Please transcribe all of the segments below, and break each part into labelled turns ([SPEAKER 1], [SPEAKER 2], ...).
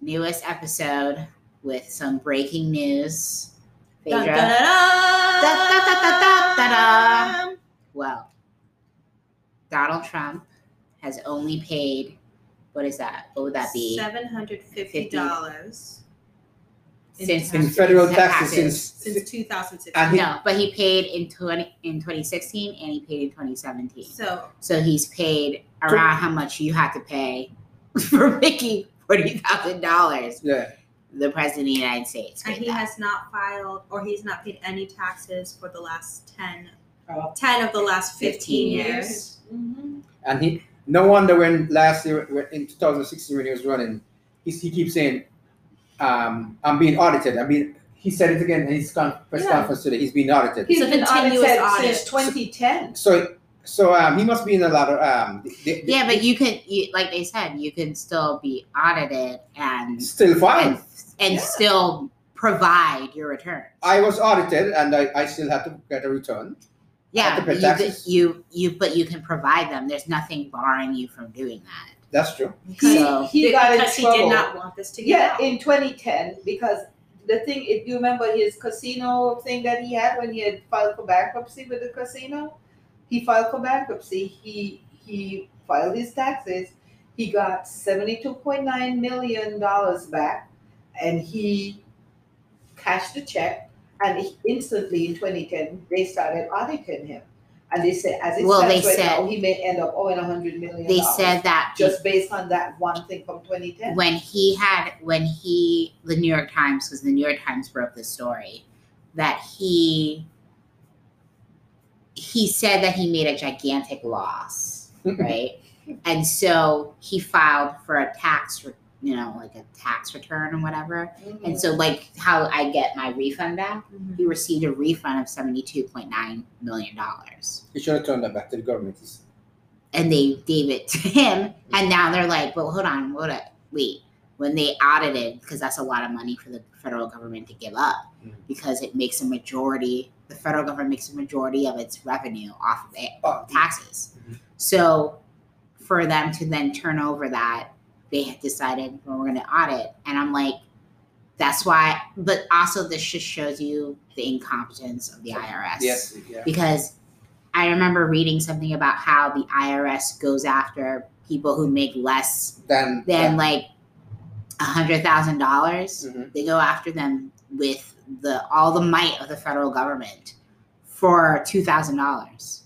[SPEAKER 1] newest episode with some breaking news.
[SPEAKER 2] Dun,
[SPEAKER 1] Phaedra.
[SPEAKER 2] dun, dun,
[SPEAKER 1] Da, da, da, da, da,
[SPEAKER 2] dun.
[SPEAKER 1] Well, Donald Trump has only paid, what is that? What would that be?
[SPEAKER 2] seven hundred fifty dollars
[SPEAKER 1] Since
[SPEAKER 2] in
[SPEAKER 3] in federal
[SPEAKER 1] the
[SPEAKER 3] taxes
[SPEAKER 1] taxes.
[SPEAKER 3] since,
[SPEAKER 2] since two thousand six.
[SPEAKER 3] And he-
[SPEAKER 1] No, but he paid in 20, in 2016 and he paid in 2017.
[SPEAKER 2] So
[SPEAKER 1] So he's paid around how much you have to pay for making $40,000.
[SPEAKER 3] yeah.
[SPEAKER 1] The president of the United States.
[SPEAKER 2] and
[SPEAKER 1] paid
[SPEAKER 2] he
[SPEAKER 1] that.
[SPEAKER 2] has not filed or he's not paid any taxes for the last 10,
[SPEAKER 3] Oh.
[SPEAKER 2] 10 of the last 15,
[SPEAKER 1] 15
[SPEAKER 2] years.
[SPEAKER 1] years.
[SPEAKER 3] And he no wonder when last year when, in 2016 when he was running, he, he keeps saying, um, I'm being audited. I mean he said it again in his con- press
[SPEAKER 4] Yeah.
[SPEAKER 3] conference today, he's being audited.
[SPEAKER 4] He's
[SPEAKER 2] It's a
[SPEAKER 4] been audited
[SPEAKER 2] continuous audit.
[SPEAKER 4] since 2010.
[SPEAKER 3] so so um, he must be in a lot of um the, the-
[SPEAKER 1] Yeah, but you could, you, like they said, you can still be audited and
[SPEAKER 3] still fine.
[SPEAKER 1] and, and
[SPEAKER 4] Yeah.
[SPEAKER 1] still provide your return.
[SPEAKER 3] I was audited and I, I still had to get a return.
[SPEAKER 1] yeah,
[SPEAKER 3] have
[SPEAKER 1] but
[SPEAKER 3] to pay
[SPEAKER 1] you,
[SPEAKER 3] taxes.
[SPEAKER 1] could- you you but you can provide them. There's nothing barring you from doing that.
[SPEAKER 3] That's true.
[SPEAKER 4] He,
[SPEAKER 1] So-
[SPEAKER 4] he got in
[SPEAKER 2] because he
[SPEAKER 4] trouble.
[SPEAKER 2] did not want this to get
[SPEAKER 4] yeah,
[SPEAKER 2] out.
[SPEAKER 4] in 2010 because the thing, if you remember his casino thing that he had when he had filed for bankruptcy with the casino, he filed for bankruptcy. He he filed his taxes. He got 72.9 million dollars back, and he cashed the check. And he- instantly in 2010, they started auditing him. And they said, as it
[SPEAKER 1] Well,
[SPEAKER 4] stands
[SPEAKER 1] they
[SPEAKER 4] right
[SPEAKER 1] said-
[SPEAKER 4] now, he may end up owing 100 million.
[SPEAKER 1] They said that
[SPEAKER 4] just based on that one thing from 2010.
[SPEAKER 1] when he had when he the New York Times because the New York Times broke the story that he he said that he made a gigantic loss, right? and so he filed for a tax, re- you know, like a tax return or whatever. And so, like, how I get my refund back, he received a refund of $72.9 million.
[SPEAKER 3] He should have turned that back to the government. He's-
[SPEAKER 1] And they gave it to him. And now they're like, well, hold on, hold up, wait. When they audited, because that's a lot of money for the federal government to give up,
[SPEAKER 3] Mhm.
[SPEAKER 1] because it makes a majority, the federal government makes a majority of its revenue off of it,
[SPEAKER 3] oh,
[SPEAKER 1] taxes.
[SPEAKER 3] Mhm.
[SPEAKER 1] So, for them to then turn over that, they had decided well, we're going to audit. And I'm like, that's why, but also this just shows you the incompetence of the IRS.
[SPEAKER 3] yes. Yeah.
[SPEAKER 1] Because I remember reading something about how the IRS goes after people who make less
[SPEAKER 3] Then,
[SPEAKER 1] than like a hundred thousand dollars
[SPEAKER 3] Mhm.
[SPEAKER 1] they go after them with the all the might of the federal government for two thousand dollars,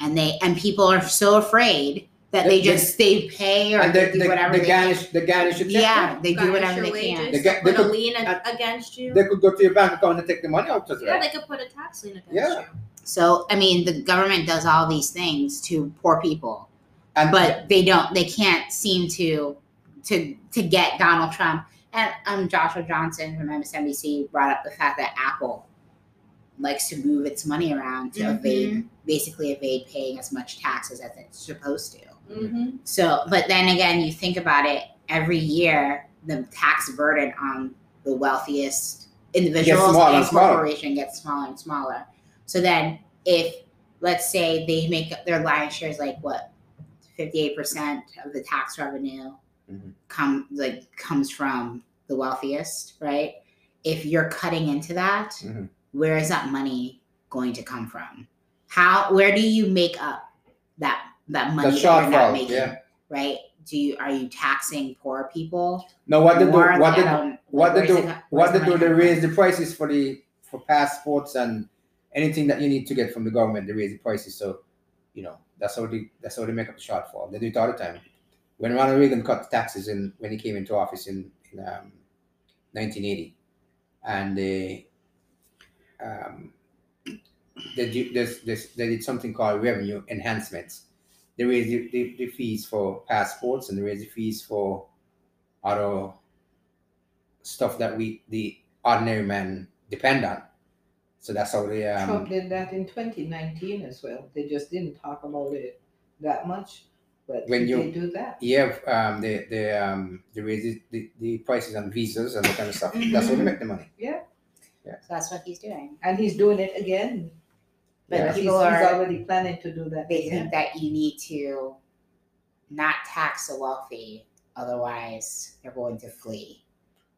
[SPEAKER 1] and they and people are so afraid that they
[SPEAKER 3] They- they-
[SPEAKER 1] just they pay or
[SPEAKER 3] and
[SPEAKER 1] they
[SPEAKER 3] the,
[SPEAKER 1] do whatever
[SPEAKER 3] the, the
[SPEAKER 1] they
[SPEAKER 3] garnish, the garnish
[SPEAKER 1] can.
[SPEAKER 3] check.
[SPEAKER 1] Yeah, they
[SPEAKER 2] Garnish
[SPEAKER 1] do whatever
[SPEAKER 2] your
[SPEAKER 1] they can.
[SPEAKER 2] wages,
[SPEAKER 3] They
[SPEAKER 2] they
[SPEAKER 3] get- they
[SPEAKER 2] put a
[SPEAKER 3] could-
[SPEAKER 2] lien ag-
[SPEAKER 3] uh,
[SPEAKER 2] against you.
[SPEAKER 3] They could go to your bank account and take the money out as well.
[SPEAKER 2] yeah, they could put a tax lien against
[SPEAKER 3] Yeah.
[SPEAKER 2] you.
[SPEAKER 1] So I mean, the government does all these things to poor people,
[SPEAKER 3] and
[SPEAKER 1] uh, but they don't. They can't seem to to to get Donald Trump and um, Joshua Johnson from MSNBC brought up the fact that Apple likes to move its money around to
[SPEAKER 3] Mhm.
[SPEAKER 1] evade basically evade paying as much taxes as it's supposed to.
[SPEAKER 4] Mhm.
[SPEAKER 1] So, but then again, you think about it every year, the tax burden on the wealthiest individuals
[SPEAKER 3] smaller
[SPEAKER 1] and
[SPEAKER 3] and smaller.
[SPEAKER 1] corporation gets smaller and smaller. So then, if let's say they make up their lion's share is like what fifty eight percent of the tax revenue
[SPEAKER 3] Mhm.
[SPEAKER 1] come like comes from the wealthiest, right? If you're cutting into that,
[SPEAKER 3] Mhm.
[SPEAKER 1] where is that money going to come from? How where do you make up that that money that you're not
[SPEAKER 3] shortfall,
[SPEAKER 1] making?
[SPEAKER 3] yeah.
[SPEAKER 1] Right? Do you are you taxing poor people?
[SPEAKER 3] no, what they do,
[SPEAKER 1] more?
[SPEAKER 3] what
[SPEAKER 1] I
[SPEAKER 3] they do,
[SPEAKER 1] don't-
[SPEAKER 3] what they
[SPEAKER 1] where's it
[SPEAKER 3] do,
[SPEAKER 1] co-
[SPEAKER 3] what
[SPEAKER 1] where's the
[SPEAKER 3] they do,
[SPEAKER 1] money
[SPEAKER 3] they
[SPEAKER 1] coming
[SPEAKER 3] raise
[SPEAKER 1] from?
[SPEAKER 3] the prices for the for passports and anything that you need to get from the government. They raise the prices, so you know that's how they that's how they make up the shortfall. They do it all the time. When Ronald Reagan cut the taxes in when he came into office in, in um, 1980, and they um, they do, this, this, they did something called revenue enhancements. They raised the, the, the fees for passports and they raised the fees for other stuff that we the ordinary men depend on. So that's how they
[SPEAKER 4] Trump
[SPEAKER 3] um
[SPEAKER 4] did that in 2019 as well. They just didn't talk about it that much, but
[SPEAKER 3] When you-
[SPEAKER 4] they do that.
[SPEAKER 3] yeah um they they um they raise the, the, the prices on visas and that kind of stuff. That's how they make the money.
[SPEAKER 1] So that's what he's doing.
[SPEAKER 4] And he's doing it again.
[SPEAKER 1] But
[SPEAKER 3] Yeah.
[SPEAKER 4] He's,
[SPEAKER 1] people
[SPEAKER 4] he's
[SPEAKER 1] are
[SPEAKER 4] already planning to do that
[SPEAKER 1] they
[SPEAKER 4] again.
[SPEAKER 1] think that you need to not tax the wealthy Otherwise, they're going to flee.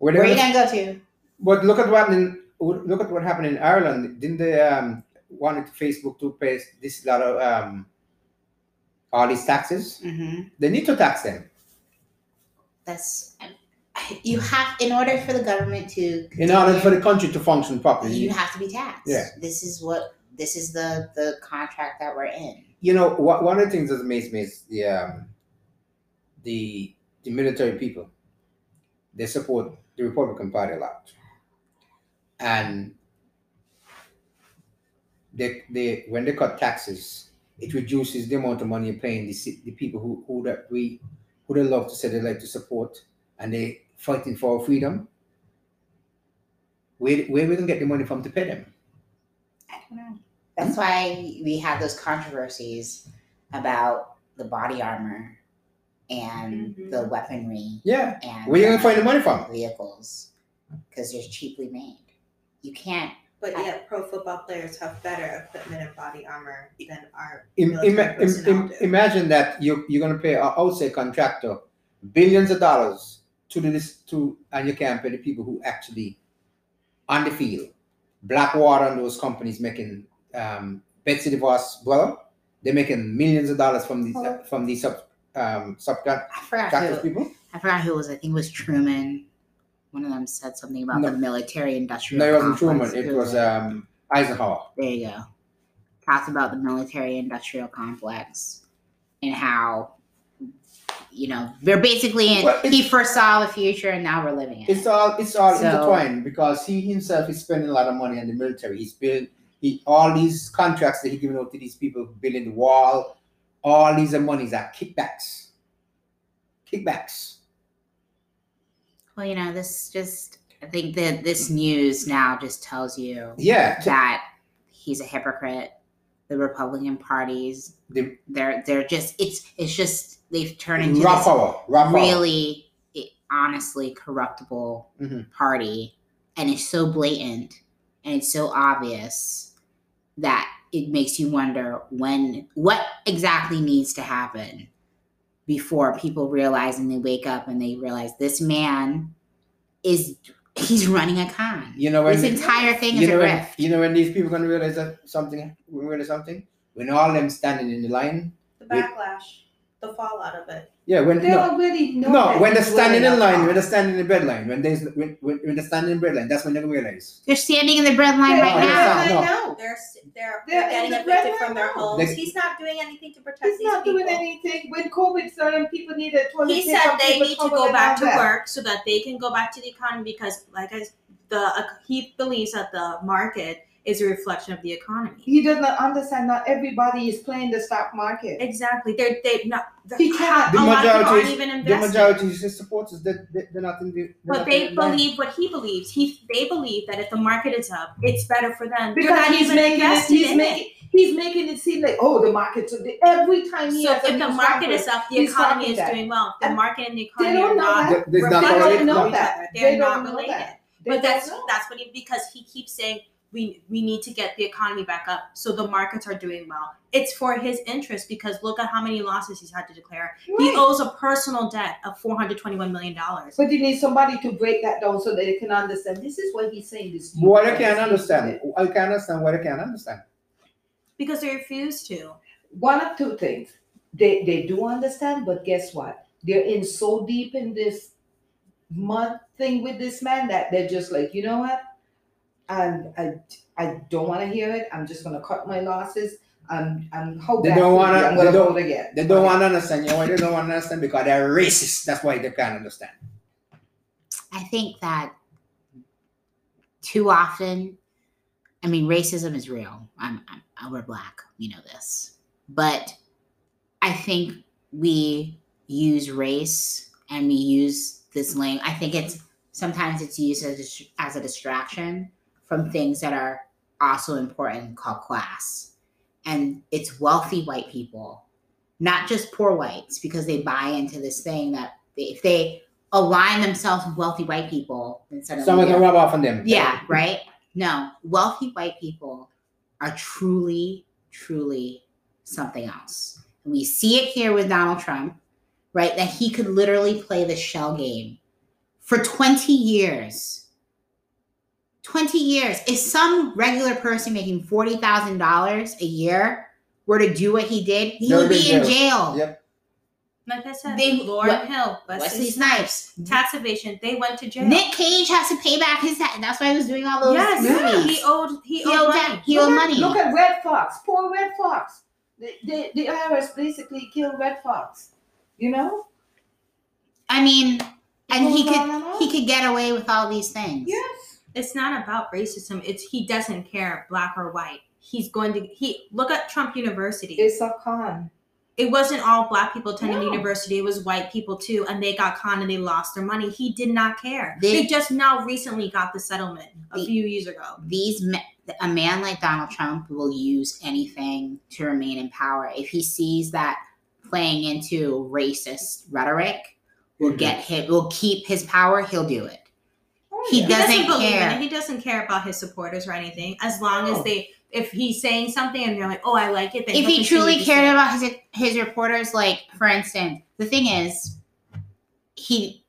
[SPEAKER 3] Were they
[SPEAKER 1] Where are you
[SPEAKER 3] gonna-
[SPEAKER 1] going to go to?
[SPEAKER 3] But look at what in look at what happened in Ireland. Didn't they um wanted Facebook to pay this lot of um all these taxes?
[SPEAKER 1] hmm
[SPEAKER 3] They need to tax them.
[SPEAKER 1] That's um, you have in order for the government to
[SPEAKER 3] In order for
[SPEAKER 1] continue,
[SPEAKER 3] the country to function properly.
[SPEAKER 1] you
[SPEAKER 3] You,
[SPEAKER 1] have to be taxed.
[SPEAKER 3] Mm-hmm. Yeah.
[SPEAKER 1] This is what this is the the contract that we're in.
[SPEAKER 3] know, what, one of the things that amazed me is the um the the military people. They support the Republican Party a lot. And they, they when they cut taxes, it reduces the amount of money you're paying the, ci- the people who, who that we who they love to say they like to support and they fighting for our freedom. Where where we gonna get the money from to pay them?
[SPEAKER 1] I don't know. That's why we have those controversies about the body armor and
[SPEAKER 2] Mhm.
[SPEAKER 1] the weaponry
[SPEAKER 3] Yeah.
[SPEAKER 1] and
[SPEAKER 3] Where you gonna
[SPEAKER 1] the
[SPEAKER 3] find the money from?
[SPEAKER 1] vehicles because they're cheaply made. You can't.
[SPEAKER 2] But yet, pro football players have better equipment and body armor than our
[SPEAKER 3] Im,
[SPEAKER 2] military
[SPEAKER 3] im- im-
[SPEAKER 2] personnel
[SPEAKER 3] im-
[SPEAKER 2] do.
[SPEAKER 3] imagine that you you're gonna pay an outside contractor billions of dollars to do this to and you can't pay the people who actually on the field. Blackwater and those companies making um, Betsy DeVos brother, they're making millions of dollars from these
[SPEAKER 1] Oh.
[SPEAKER 3] from these sub um, subcontractors
[SPEAKER 1] I forgot who.
[SPEAKER 3] people.
[SPEAKER 1] I forgot who it was. I think it was Truman. One of them said something about the military industrial.
[SPEAKER 3] No, it wasn't
[SPEAKER 1] complex.
[SPEAKER 3] Truman. It
[SPEAKER 1] Who
[SPEAKER 3] was um, Eisenhower.
[SPEAKER 1] There you go. Talked about the military industrial complex and how, you know, they're basically in,
[SPEAKER 3] Well, it's-
[SPEAKER 1] he foresaw the future and now we're living in it.
[SPEAKER 3] It's all it's all
[SPEAKER 1] So-
[SPEAKER 3] intertwined because he himself is spending a lot of money on the military. He's building he all these contracts that he's giving out to these people building the wall. All these monies are kickbacks. Kickbacks.
[SPEAKER 1] Well, you know, this just, I think that this news now just tells you
[SPEAKER 3] Yeah, t-
[SPEAKER 1] that he's a hypocrite. The Republican parties,
[SPEAKER 3] The-
[SPEAKER 1] they're they're just it's it's just they've turned into
[SPEAKER 3] raw
[SPEAKER 1] this
[SPEAKER 3] power. Raw power.
[SPEAKER 1] really i- honestly corruptible
[SPEAKER 3] Mhm.
[SPEAKER 1] party and it's so blatant and it's so obvious that it makes you wonder when what exactly needs to happen before people realize and they wake up and they realize this man is he's running a con
[SPEAKER 3] You know when
[SPEAKER 1] this entire thing
[SPEAKER 3] you
[SPEAKER 1] is
[SPEAKER 3] know
[SPEAKER 1] a
[SPEAKER 3] when,
[SPEAKER 1] grift
[SPEAKER 3] you know when these people gonna realize that something when realize something when all them standing in the line.
[SPEAKER 2] the backlash, the fallout of it.
[SPEAKER 3] Yeah, when
[SPEAKER 4] They
[SPEAKER 3] no.
[SPEAKER 4] already know.
[SPEAKER 3] No,
[SPEAKER 4] that
[SPEAKER 3] when they're
[SPEAKER 4] he's
[SPEAKER 3] standing
[SPEAKER 4] wearing
[SPEAKER 3] in
[SPEAKER 4] a
[SPEAKER 3] line,
[SPEAKER 4] top.
[SPEAKER 3] when they're standing in the bread line, when there's when, when, when they're standing in bread line, that's when they realize.
[SPEAKER 1] they're standing in the bread line
[SPEAKER 4] They're
[SPEAKER 1] right
[SPEAKER 4] in the
[SPEAKER 1] now
[SPEAKER 4] red
[SPEAKER 3] No.
[SPEAKER 4] line now.
[SPEAKER 2] They're s- they're,
[SPEAKER 4] They're
[SPEAKER 2] they're getting
[SPEAKER 4] in the
[SPEAKER 2] evicted
[SPEAKER 4] red
[SPEAKER 2] from their
[SPEAKER 4] line now.
[SPEAKER 2] homes.
[SPEAKER 3] They-
[SPEAKER 2] He's not doing anything to protect
[SPEAKER 4] He's
[SPEAKER 2] these
[SPEAKER 4] not
[SPEAKER 2] people.
[SPEAKER 4] doing anything. When COVID started, people needed toilet
[SPEAKER 2] He
[SPEAKER 4] paper,
[SPEAKER 2] said they
[SPEAKER 4] paper
[SPEAKER 2] need to
[SPEAKER 4] towel
[SPEAKER 2] go
[SPEAKER 4] and
[SPEAKER 2] back
[SPEAKER 4] all
[SPEAKER 2] to
[SPEAKER 4] that.
[SPEAKER 2] work so that they can go back to the economy because, like I, s- the ec- he believes that the market is a reflection of the economy.
[SPEAKER 4] He does not understand. Not everybody is playing the stock market.
[SPEAKER 2] Exactly. They're they not. The,
[SPEAKER 4] He cannot-
[SPEAKER 2] a
[SPEAKER 3] The
[SPEAKER 2] lot of people aren't
[SPEAKER 3] majority-
[SPEAKER 2] even
[SPEAKER 3] The
[SPEAKER 2] investing.
[SPEAKER 3] majority of his supporters, they, they, they're not in the. they're
[SPEAKER 2] But
[SPEAKER 3] not
[SPEAKER 2] they
[SPEAKER 3] in the line.
[SPEAKER 2] believe what he believes. He they believe that if the market is up, it's better for them. They're
[SPEAKER 4] Because
[SPEAKER 2] not
[SPEAKER 4] he's
[SPEAKER 2] even
[SPEAKER 4] making it,
[SPEAKER 2] invested
[SPEAKER 4] he's
[SPEAKER 2] in
[SPEAKER 4] making he's making it seem like oh the market so the- every time he
[SPEAKER 2] So
[SPEAKER 4] has a
[SPEAKER 2] if the
[SPEAKER 4] new
[SPEAKER 2] market
[SPEAKER 4] sample,
[SPEAKER 2] is up, the
[SPEAKER 4] he's
[SPEAKER 2] economy
[SPEAKER 4] stopping
[SPEAKER 2] is
[SPEAKER 4] that.
[SPEAKER 2] doing well. The
[SPEAKER 4] And
[SPEAKER 2] market and the
[SPEAKER 4] they
[SPEAKER 2] economy are
[SPEAKER 4] don't know
[SPEAKER 2] not.
[SPEAKER 4] that.
[SPEAKER 3] They- they's not
[SPEAKER 4] they
[SPEAKER 3] correlated.
[SPEAKER 4] don't know
[SPEAKER 2] related to
[SPEAKER 4] that.
[SPEAKER 2] each other. They're
[SPEAKER 4] They
[SPEAKER 2] not
[SPEAKER 4] don't know
[SPEAKER 2] related.
[SPEAKER 4] that. They
[SPEAKER 2] But
[SPEAKER 4] don't
[SPEAKER 2] that's
[SPEAKER 4] know.
[SPEAKER 2] that's what he because he keeps saying we we need to get the economy back up so the markets are doing well. It's for his interest because look at how many losses he's had to declare. He
[SPEAKER 4] Right.
[SPEAKER 2] owes a personal debt of four hundred twenty one million dollars.
[SPEAKER 4] But you need somebody to break that down so that they can understand. This is what he's saying. This.
[SPEAKER 3] What I can't understand, I can't understand what I can't understand.
[SPEAKER 2] Because they refuse to.
[SPEAKER 4] One of two things. They they do understand, but guess what? They're in so deep in this month thing with this man that they're just like, you know what? And I I don't want to hear it. I'm just gonna cut my losses. I'm I'm how
[SPEAKER 3] They
[SPEAKER 4] bad
[SPEAKER 3] don't wanna-
[SPEAKER 4] I'm gonna
[SPEAKER 3] they don't-
[SPEAKER 4] vote again.
[SPEAKER 3] They don't want to understand. You know why they don't want to understand? Because they're racist. That's why they can't understand.
[SPEAKER 1] I think that too often, I mean, racism is real. I'm, I'm we're black, you know this, but I think we use race and we use this lane. I think it's sometimes it's used as a, dis- as a distraction from things that are also important called class, and it's wealthy white people, not just poor whites, because they buy into this thing that they, if they align themselves with wealthy white people, then suddenly
[SPEAKER 3] Someone
[SPEAKER 1] they're-
[SPEAKER 3] can rub off on them.
[SPEAKER 1] yeah, right? No, wealthy white people are truly, truly something else. We see it here with Donald Trump. right? That he could literally play the shell game for 20 years. 20 years. If some regular person making $40,000 a year were to do what he did, he
[SPEAKER 3] They
[SPEAKER 1] would
[SPEAKER 3] would
[SPEAKER 1] be
[SPEAKER 3] be
[SPEAKER 1] in
[SPEAKER 3] jail.
[SPEAKER 1] jail.
[SPEAKER 3] Yep.
[SPEAKER 2] Like I said,
[SPEAKER 1] They-
[SPEAKER 2] Lauren
[SPEAKER 1] what-
[SPEAKER 2] Hill,
[SPEAKER 1] Wesley
[SPEAKER 2] Wesley
[SPEAKER 1] Snipes.
[SPEAKER 2] Snipes, tax evasion. They went to jail.
[SPEAKER 1] Nick Cage has to pay back his debt. That's why he was doing all those
[SPEAKER 2] yes,
[SPEAKER 1] movies.
[SPEAKER 2] he owed he,
[SPEAKER 1] He
[SPEAKER 2] owed,
[SPEAKER 1] owed
[SPEAKER 2] money.
[SPEAKER 1] debt. He owed money.
[SPEAKER 4] Look at Red Fox, poor Red Fox. The, the, the IRS basically killed Red Fox. You know?
[SPEAKER 1] I mean, and he
[SPEAKER 4] Goes
[SPEAKER 1] could
[SPEAKER 4] on and on.
[SPEAKER 1] he could get away with all these things.
[SPEAKER 4] Yes.
[SPEAKER 2] It's not about racism. It's he doesn't care black or white. He's going to he look at Trump University.
[SPEAKER 4] It's a con.
[SPEAKER 2] it wasn't all black people attending
[SPEAKER 4] No.
[SPEAKER 2] university. It was white people too, and they got conned and they lost their money. He did not care.
[SPEAKER 1] They-
[SPEAKER 2] They, just now recently got the settlement a
[SPEAKER 1] The-
[SPEAKER 2] few years ago.
[SPEAKER 1] These me- a man like Donald Trump will use anything to remain in power. If he sees that playing into racist rhetoric will
[SPEAKER 3] Mhm.
[SPEAKER 1] get him will keep his power, he'll do it.
[SPEAKER 4] Oh,
[SPEAKER 1] He
[SPEAKER 4] yeah.
[SPEAKER 1] does- doesn't
[SPEAKER 2] believe
[SPEAKER 1] care.
[SPEAKER 2] in it. He doesn't care about his supporters or anything. As long
[SPEAKER 3] No.
[SPEAKER 2] as they, if he's saying something and they're like, "Oh, I like it," then
[SPEAKER 1] if
[SPEAKER 2] he'll
[SPEAKER 1] he truly
[SPEAKER 2] continue to say
[SPEAKER 1] cared
[SPEAKER 2] it.
[SPEAKER 1] about his his reporters, like for instance, the thing is, he